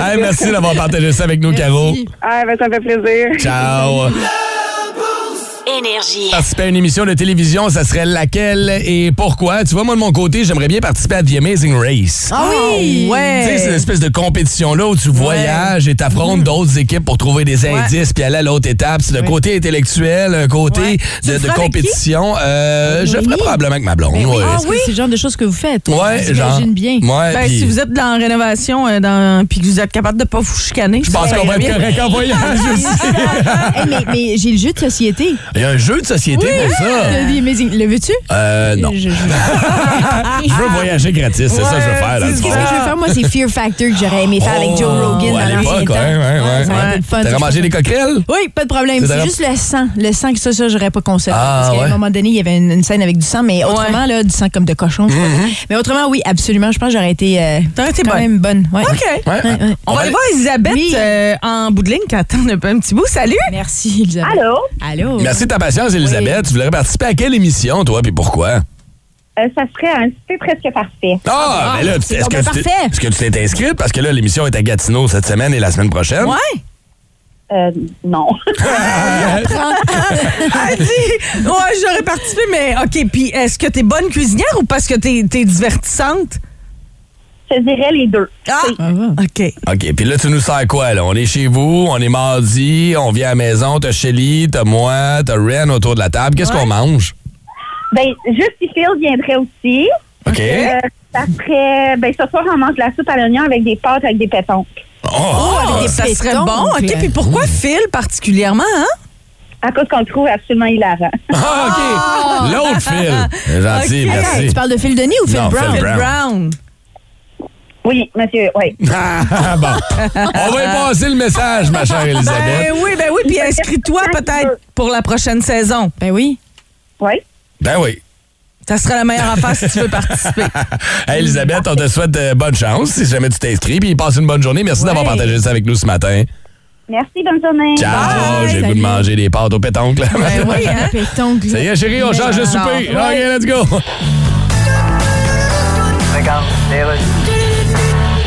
[SPEAKER 3] Hey, merci d'avoir partagé ça avec nous, Caro.
[SPEAKER 10] Ah ben ça me fait plaisir.
[SPEAKER 3] Ciao!
[SPEAKER 8] Énergie.
[SPEAKER 3] Participer à une émission de télévision, ça serait laquelle et pourquoi? Tu vois, moi, de mon côté, j'aimerais bien participer à The Amazing Race.
[SPEAKER 7] Ah oui!
[SPEAKER 3] Tu sais, c'est une espèce de compétition-là où tu voyages et t'affrontes
[SPEAKER 7] Mhm.
[SPEAKER 3] d'autres équipes pour trouver des indices puis aller à l'autre étape. C'est le côté intellectuel, un côté de, de compétition. Euh, je le ferais probablement avec ma blonde. ouais.
[SPEAKER 7] Ah oui? C'est le genre de choses que vous faites.
[SPEAKER 3] Ouais, genre.
[SPEAKER 7] J'imagine bien.
[SPEAKER 3] Ouais,
[SPEAKER 5] Ben,
[SPEAKER 3] Euh, puis
[SPEAKER 5] si vous êtes dans la rénovation euh, dans, puis que vous êtes capable de pas vous chicaner,
[SPEAKER 3] Je pense qu'on va être correct en voyage aussi.
[SPEAKER 7] [laughs] Hey, mais mais j'ai le jeu de société.
[SPEAKER 3] Il y a un jeu de société pour ça.
[SPEAKER 7] Le, The Amazing- le veux-tu?
[SPEAKER 3] Euh, non.
[SPEAKER 7] Je- je-
[SPEAKER 3] Je veux voyager gratis, c'est ça que je veux faire. Là, le
[SPEAKER 7] Qu'est-ce que je veux faire? Moi, c'est Fear Factor que j'aurais aimé faire avec Joe Rogan
[SPEAKER 3] ouais, Oh, à
[SPEAKER 7] dans l'ancien
[SPEAKER 3] l'époque,
[SPEAKER 7] temps.
[SPEAKER 3] ouais, ouais, ouais.
[SPEAKER 7] Ça aurait été le fun.
[SPEAKER 3] T'as mangé des coquerelles?
[SPEAKER 7] Oui, pas de problème.
[SPEAKER 3] C'est
[SPEAKER 7] C'est
[SPEAKER 3] d'ailleurs-
[SPEAKER 7] juste le sang. Le sang, que ça, ça, j'aurais pas consommé.
[SPEAKER 3] Ah,
[SPEAKER 7] parce qu'à
[SPEAKER 3] ouais.
[SPEAKER 7] un moment donné, il y avait une, une scène avec du sang, mais autrement, là, du sang comme de cochon. je crois.
[SPEAKER 3] Mm-hmm.
[SPEAKER 7] Mais autrement, oui, absolument. Je pense que j'aurais été, euh,
[SPEAKER 5] T'aurais été
[SPEAKER 7] quand
[SPEAKER 5] bonne.
[SPEAKER 7] même bonne. Ouais.
[SPEAKER 5] [laughs] OK.
[SPEAKER 3] Ouais.
[SPEAKER 5] On va aller voir Elisabeth
[SPEAKER 7] Oui.
[SPEAKER 5] euh, en bout de ligne qui attend un peu un petit bout. Salut!
[SPEAKER 7] Merci, Elisabeth.
[SPEAKER 9] Allô?
[SPEAKER 7] Allô?
[SPEAKER 3] Merci de ta patience, Elisabeth. Tu voulais participer à quelle émission, toi, puis pourquoi?
[SPEAKER 9] Euh, ça serait un petit peu presque parfait.
[SPEAKER 3] Ah, mais là,
[SPEAKER 7] c'est
[SPEAKER 3] est-ce
[SPEAKER 7] donc
[SPEAKER 3] que,
[SPEAKER 7] bien
[SPEAKER 3] tu t'es-
[SPEAKER 7] parfait.
[SPEAKER 3] est-ce que tu t'es inscrite? Parce que là, l'émission est à Gatineau cette semaine et la semaine prochaine.
[SPEAKER 5] Ouais!
[SPEAKER 9] Euh, non. [laughs]
[SPEAKER 5] Elle dit, ouais, j'aurais participé, mais OK. Puis est-ce que t'es bonne cuisinière ou parce que t'es es divertissante?
[SPEAKER 9] Je dirais les deux.
[SPEAKER 5] Ah! OK.
[SPEAKER 3] OK, puis là, tu nous sers quoi, là? On est chez vous, on est mardi, on vient à la maison, t'as Shelly, t'as moi, t'as Ren autour de la table. Qu'est-ce qu'on mange?
[SPEAKER 9] Ben, juste si Phil viendrait aussi.
[SPEAKER 3] OK?
[SPEAKER 9] Euh, ça serait, ben, ce soir, on mange de la soupe à l'oignon avec des pâtes, avec des pétons.
[SPEAKER 3] Oh!
[SPEAKER 7] avec des euh,
[SPEAKER 5] ça serait
[SPEAKER 7] pétons,
[SPEAKER 5] bon. OK.
[SPEAKER 7] donc,
[SPEAKER 5] Puis pourquoi Phil particulièrement, hein?
[SPEAKER 9] À cause qu'on le trouve absolument hilarant. [laughs]
[SPEAKER 3] Ah, OK! L'autre
[SPEAKER 5] [laughs]
[SPEAKER 3] fil. Gentil,
[SPEAKER 5] Oh! OK.
[SPEAKER 3] merci.
[SPEAKER 7] Tu parles de Phil Denis ou Phil
[SPEAKER 3] Non, Phil
[SPEAKER 7] Brown?
[SPEAKER 3] Brown.
[SPEAKER 5] Brown.
[SPEAKER 9] Oui, monsieur, oui.
[SPEAKER 3] [laughs] Ah, bon. On va y passer le message, ma chère Elisabeth.
[SPEAKER 5] Ben oui, ben oui. Puis inscris-toi peut-être pour la prochaine saison.
[SPEAKER 7] Ben oui.
[SPEAKER 9] Oui.
[SPEAKER 3] Ben oui. [laughs]
[SPEAKER 5] Ça serait la meilleure affaire si tu veux participer.
[SPEAKER 3] Hey, Elisabeth, on te souhaite euh, bonne chance si jamais tu t'inscris. Puis passe une bonne journée. Merci d'avoir partagé ça avec nous ce matin.
[SPEAKER 9] Merci, bonne journée.
[SPEAKER 3] Ciao! J'ai le goût de manger des pâtes au pétanque.
[SPEAKER 5] Ben oui, hein?
[SPEAKER 3] [laughs]
[SPEAKER 7] Pétoncle.
[SPEAKER 3] Ça y est, chérie, on change de souper. Ah, OK, let's go!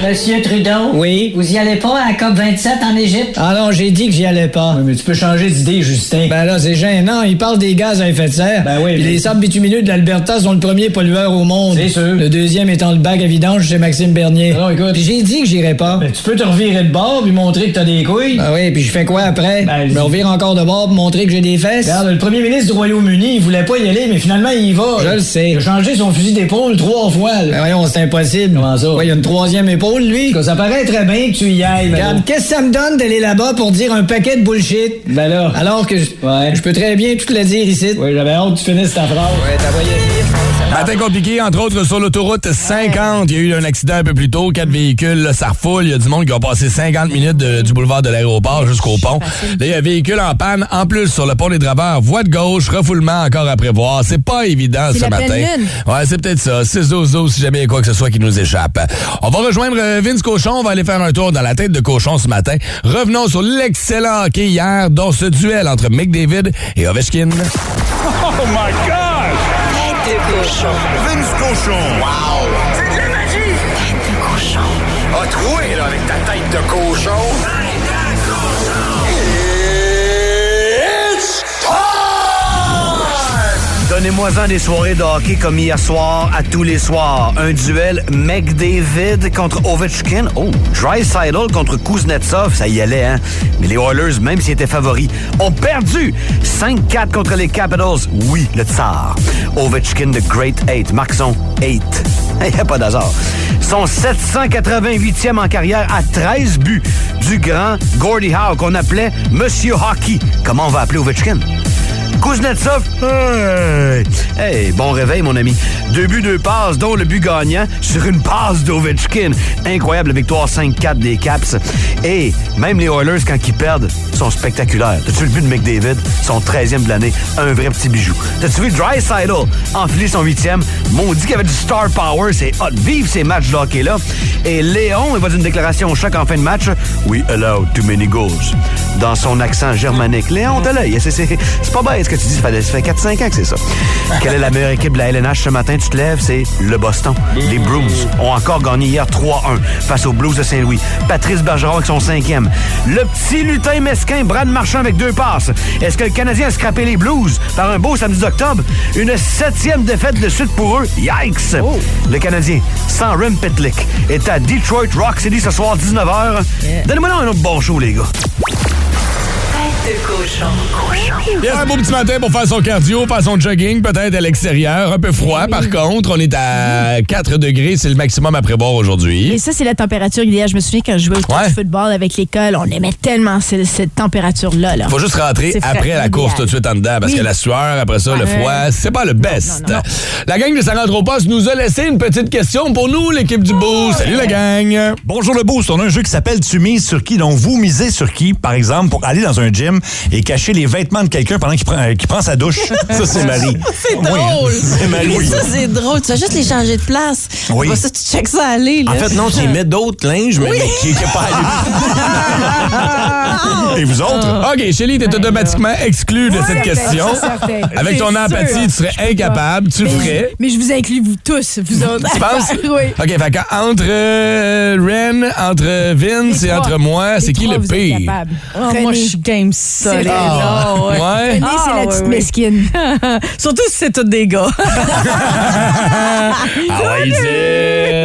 [SPEAKER 11] Monsieur Trudeau. Oui. Vous y allez pas à la COP27 en Égypte? Ah non, j'ai dit que j'y allais pas. Oui, mais tu peux changer d'idée, Justin. Ben là, c'est gênant. Il parle des gaz à effet de serre. Ben oui. Puis les sables bitumineux de l'Alberta sont le premier pollueur au monde. C'est sûr. Le deuxième étant le bac à vidange chez Maxime Bernier. Non, écoute. Puis j'ai dit que j'irais pas. Ben tu peux te revirer de bord puis montrer que t'as des couilles. Ben oui, puis je fais quoi après? Ben, je me revire encore de bord pour montrer que j'ai des fesses. Regarde, le premier ministre du Royaume-Uni, il voulait pas y aller, mais finalement, il y va. Je le sais. Il a changé son fusil d'épaule trois fois. Ben voyons, c'est impossible. Comment ça? il y a une troisième épaule, lui. ça paraît très bien que tu y ailles. Regarde, qu'est-ce que ça me donne d'aller là-bas pour dire un paquet de bullshit? Ben là. Alors que je je peux très bien tout te le dire ici. Oui, j'avais hâte que tu finisses ta phrase. Ouais, t'as voyé.
[SPEAKER 3] Matin compliqué, entre autres, sur l'autoroute 50. Il y a eu un accident un peu plus tôt. Quatre véhicules, là, ça refoule. Il y a du monde qui a passé 50 minutes de- du boulevard de l'aéroport jusqu'au pont. Là, il y a un véhicule en panne. En plus, sur le pont des Draveurs, voie de gauche, refoulement encore à prévoir. C'est pas évident
[SPEAKER 7] C'est
[SPEAKER 3] ce
[SPEAKER 7] la
[SPEAKER 3] matin.
[SPEAKER 7] pleine lune.
[SPEAKER 3] Ouais, c'est peut-être ça. 6 12 12 si jamais il y a quoi que ce soit qui nous échappe. On va rejoindre euh, Vince Cochon. On va aller faire un tour dans la tête de Cochon ce matin. Revenons sur l'excellent hockey hier, dont ce duel entre McDavid et Ovechkin.
[SPEAKER 12] Oh my God! Tête de cochon. Vince cochon. Wow! C'est de la magie! Tête de cochon. A troué, Ah, là, avec ta tête de cochon. Tête de cochon! It's
[SPEAKER 13] Donnez-moi-en des soirées de hockey comme hier soir à tous les soirs. Un duel McDavid contre Ovechkin. Oh, Dreisaitl contre Kuznetsov, ça y allait, hein? Mais les Oilers, même s'ils étaient favoris, ont perdu 5-4 contre les Capitals. Oui, le tsar. Ovechkin, the Great Eight. [laughs] Marque son 8. Il n'y a pas d'hasard. Son 788e en carrière à 13 buts du grand Gordie Howe qu'on appelait Monsieur Hockey. Comment on va appeler Ovechkin? Kuznetsov, hey! Hey, bon réveil, mon ami. Deux buts, deux passes, dont le but gagnant sur une passe d'Ovechkin. Incroyable victoire 5-4 des Caps. Et même les Oilers, quand ils perdent, sont spectaculaires. T'as-tu vu le but de McDavid? Son 13e de l'année. Un vrai petit bijou. T'as-tu vu Drysidle enfiler son 8e? Maudit qu'il y avait du star power. C'est hot. Vive ces matchs de hockey-là. Et Léon, il va d'une déclaration au choc en fin de match. We allow too many goals. Dans son accent germanique. Léon, t'as l'œil. C'est- C'est c'est pas bête ce que tu dis. Ça fait, ça fait 4-5 ans que c'est ça. Quelle est la meilleure équipe de la LNH ce matin? Tu te lèves, c'est le Boston. Les Bruins ont encore gagné hier 3-1 face aux Blues de Saint-Louis. Patrice Bergeron avec son cinquième. Le petit lutin mesquin, Brad Marchand avec deux passes. Est-ce que le Canadien a scrappé les Blues par un beau samedi d'octobre? Une septième défaite de suite pour eux. Yikes! Le Canadien, sans Rem Pitlick, est à Detroit Rock City ce soir 19h. Donnez-moi là un autre bon show, les gars.
[SPEAKER 1] Tête de cochon.
[SPEAKER 3] Yes, un beau petit matin pour faire son cardio, faire son jogging, peut-être à l'extérieur. Un peu froid, par contre. On est à 4 degrés, c'est le maximum à prévoir
[SPEAKER 7] Et
[SPEAKER 3] aujourd'hui.
[SPEAKER 7] ça, c'est la température idéale. Je me souviens quand je jouais au touch football avec l'école, on aimait tellement ce- cette température-là. là.
[SPEAKER 3] Faut juste rentrer
[SPEAKER 7] C'est frais,
[SPEAKER 3] après la course
[SPEAKER 7] idéal.
[SPEAKER 3] tout de suite en dedans parce
[SPEAKER 7] Oui.
[SPEAKER 3] que la sueur, après ça, le
[SPEAKER 7] Ouais.
[SPEAKER 3] froid, c'est pas le best. La gang de Ça rentre au poste nous a laissé une petite question pour nous, l'équipe du Boost. Salut la gang!
[SPEAKER 14] Bonjour le boost, on a un jeu qui s'appelle Tu mises sur qui, donc vous misez sur qui, par exemple, pour aller dans un gym et cacher les vêtements de quelqu'un pendant qu'il prend, euh, qu'il prend sa douche. [laughs] Ça, c'est Marie.
[SPEAKER 15] C'est
[SPEAKER 14] Oui,
[SPEAKER 15] drôle.
[SPEAKER 14] c'est Marie.
[SPEAKER 15] Mais Ça, c'est drôle. Tu vas juste les changer de place.
[SPEAKER 14] Oui.
[SPEAKER 15] Après ça, tu checks ça aller. Là.
[SPEAKER 14] En fait, non, tu les mets
[SPEAKER 3] d'autres linges,
[SPEAKER 14] mais qui qui est pas
[SPEAKER 3] Et vous autres? Oh. OK, Shelly, t'es automatiquement exclue de cette
[SPEAKER 7] ben,
[SPEAKER 3] question.
[SPEAKER 7] c'est certain.
[SPEAKER 3] Avec ton
[SPEAKER 7] C'est
[SPEAKER 3] empathie,
[SPEAKER 7] sûr.
[SPEAKER 3] tu serais incapable, tu le
[SPEAKER 7] mais,
[SPEAKER 3] ferais.
[SPEAKER 7] mais je vous inclus, vous tous, vous autres.
[SPEAKER 3] Tu
[SPEAKER 5] [laughs]
[SPEAKER 3] penses?
[SPEAKER 7] [laughs] oui.
[SPEAKER 3] OK, fait que entre euh, Ren, entre Vince
[SPEAKER 7] Les
[SPEAKER 3] et
[SPEAKER 7] trois.
[SPEAKER 3] entre moi,
[SPEAKER 7] Les
[SPEAKER 3] c'est qui
[SPEAKER 7] trois,
[SPEAKER 3] le
[SPEAKER 7] vous êtes
[SPEAKER 3] pire?
[SPEAKER 7] capables.
[SPEAKER 5] Ah,
[SPEAKER 7] René.
[SPEAKER 5] moi, je suis game solide.
[SPEAKER 7] C'est vrai.
[SPEAKER 5] Ah, ouais.
[SPEAKER 3] Ouais?
[SPEAKER 7] René, c'est la
[SPEAKER 5] Ah,
[SPEAKER 7] petite
[SPEAKER 5] ouais, ouais.
[SPEAKER 7] mesquine.
[SPEAKER 5] Surtout si c'est tous des gars.
[SPEAKER 3] Ah ouais,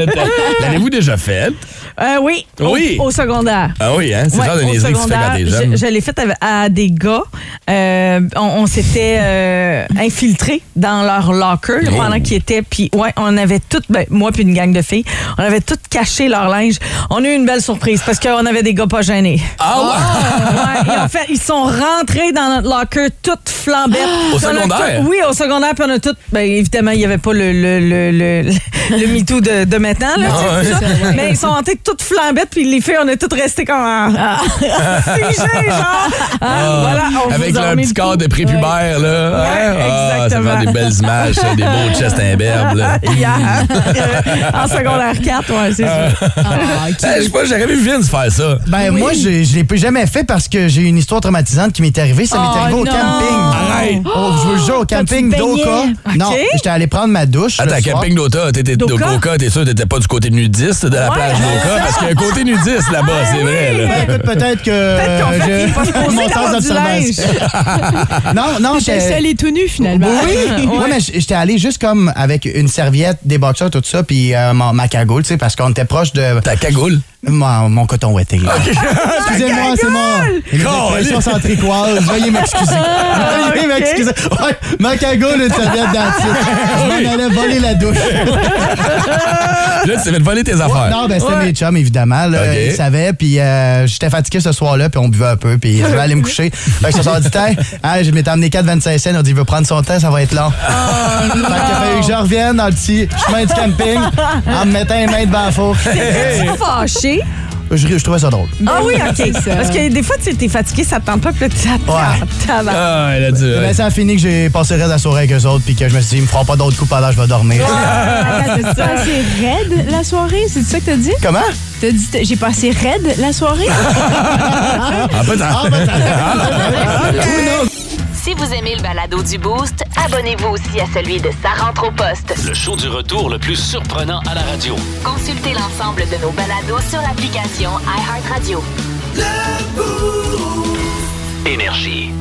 [SPEAKER 3] zut! L'avez-vous déjà faite?
[SPEAKER 5] [laughs] Euh, oui.
[SPEAKER 3] Oui.
[SPEAKER 5] Au, au secondaire.
[SPEAKER 3] Ah oui, hein? C'est le genre de
[SPEAKER 5] au
[SPEAKER 3] niaiserie que tu fais quand t'es
[SPEAKER 5] secondaire,
[SPEAKER 3] jeune.
[SPEAKER 5] Je, je l'ai faite à, à des gars. Euh, on on s'était euh, infiltrés dans leur locker
[SPEAKER 15] Oh.
[SPEAKER 5] pendant qu'ils étaient. Puis, ouais, on avait toutes, ben, moi puis une gang de filles, on avait toutes caché leur linge. On a eu une belle surprise parce qu'on avait des gars pas gênés.
[SPEAKER 3] Ah
[SPEAKER 5] ouais? ils, ont fait, ils sont rentrés dans notre locker toutes flambettes.
[SPEAKER 3] [gasps] Au
[SPEAKER 5] Puis on a
[SPEAKER 3] secondaire?
[SPEAKER 5] tout- oui, au secondaire, puis on a toutes. Ben, évidemment, il n'y avait pas le, le, le, le, [laughs] le MeToo de, de maintenant, là,
[SPEAKER 3] Non,
[SPEAKER 5] tu sais,
[SPEAKER 3] ouais.
[SPEAKER 5] tout ça.
[SPEAKER 3] Ouais.
[SPEAKER 5] Mais ils sont rentrés toutes flambettes, puis les filles, on est toutes restées comme. ah, [laughs] figées, genre. Ah,
[SPEAKER 3] Ah,
[SPEAKER 5] voilà, on vous
[SPEAKER 3] avec
[SPEAKER 5] a
[SPEAKER 3] leur
[SPEAKER 5] remis
[SPEAKER 3] petit
[SPEAKER 5] le
[SPEAKER 3] corps
[SPEAKER 5] coup.
[SPEAKER 3] de prépubère, là. hein? Ah, ça
[SPEAKER 5] exactement.
[SPEAKER 3] fait des belles images, ça, des beaux chest imberbes,
[SPEAKER 5] [laughs]
[SPEAKER 3] là. [laughs]
[SPEAKER 5] Yeah. en secondaire 4, ouais, c'est ça.
[SPEAKER 16] Ah.
[SPEAKER 3] Ben, Je sais pas, j'aurais vu Vince faire ça.
[SPEAKER 16] Ben, moi, je, je l'ai p- jamais fait parce que j'ai une histoire traumatisante qui m'est arrivée. Ça
[SPEAKER 3] Oh,
[SPEAKER 16] m'est arrivé au
[SPEAKER 3] non.
[SPEAKER 16] camping.
[SPEAKER 3] Arrête.
[SPEAKER 16] Oh, je vous le jure, au
[SPEAKER 3] Quand
[SPEAKER 16] camping
[SPEAKER 3] tu te baignais.
[SPEAKER 16] d'Oka. Non,
[SPEAKER 3] Ok.
[SPEAKER 16] j'étais allé prendre ma douche. le
[SPEAKER 3] Attends,
[SPEAKER 16] soir.
[SPEAKER 3] camping d'Oka, t'étais
[SPEAKER 16] D'Oka? [laughs]
[SPEAKER 3] d'Oka, t'es sûr que t'étais pas du côté nudiste de la plage d'Oka? parce qu'il y a un côté nudiste là-bas, c'est vrai. là.
[SPEAKER 16] Ben, écoute, peut-être que
[SPEAKER 3] Peut-être qu'on fait-
[SPEAKER 16] j'ai-
[SPEAKER 3] il est pas supposé
[SPEAKER 16] [laughs] mon sens
[SPEAKER 3] d'avoir du
[SPEAKER 16] d'observation.
[SPEAKER 3] linge.
[SPEAKER 16] [laughs] non, non,
[SPEAKER 7] J'étais
[SPEAKER 16] j'étais-
[SPEAKER 7] seule et tout nu, finalement.
[SPEAKER 16] Oui, Ouais, mais j- j'étais allé juste comme avec une serviette, des boxeurs, tout ça, puis euh, ma, ma cagoule, tu sais, parce qu'on était proche de. Ta
[SPEAKER 3] cagoule?
[SPEAKER 16] Mon, mon coton ouetté. [laughs] Excusez-moi, c'est mon. Expression centricoise, veuillez m'excuser.
[SPEAKER 12] [laughs] Ah,
[SPEAKER 16] Veuillez
[SPEAKER 12] ok.
[SPEAKER 16] m'excuser. Ouais, ma cagoule, une serviette d'antique. Je m'en allais voler la douche.
[SPEAKER 3] Là, tu t'es fait voler tes affaires.
[SPEAKER 16] Non, ben c'était mes chums, évidemment. Là,
[SPEAKER 3] Ok.
[SPEAKER 16] Ils savaient, puis euh, j'étais fatigué ce soir-là, puis on buvait un peu, puis je vais aller me coucher. Fait que ce soir, dit, Hey, hein, je m'étais amené 4,25 cents. On dit, il veut prendre son temps, ça va être long.
[SPEAKER 12] Ah,
[SPEAKER 16] fait que, fait que je revienne dans le petit chemin du camping en me mettant les mains devant la four.
[SPEAKER 5] T'es fâché.
[SPEAKER 16] Je, je trouvais ça drôle.
[SPEAKER 5] Ah oui,
[SPEAKER 16] C'est
[SPEAKER 5] OK.
[SPEAKER 16] ça.
[SPEAKER 5] Parce que des fois, tu sais, t'es fatigué, ça te tente pas, puis là, tu t'attends.
[SPEAKER 3] Ah, elle a dit.
[SPEAKER 16] Ben, ça a fini que j'ai passé le reste de la soirée avec eux autres, puis que je me suis dit, ils me feront pas d'autres coups pendant que je vais dormir.
[SPEAKER 7] T'as passé raide la soirée, c'est ça que t'as dit?
[SPEAKER 16] Ah, Comment?
[SPEAKER 7] T'as dit, j'ai passé raide la soirée?
[SPEAKER 3] Ah, peut-être.
[SPEAKER 16] ben,
[SPEAKER 17] Si vous aimez le balado du Boost, abonnez-vous aussi à celui de Sa rentre au poste.
[SPEAKER 2] Le show du retour le plus surprenant à la radio.
[SPEAKER 17] Consultez l'ensemble de nos balados sur l'application iHeartRadio.
[SPEAKER 2] Énergie.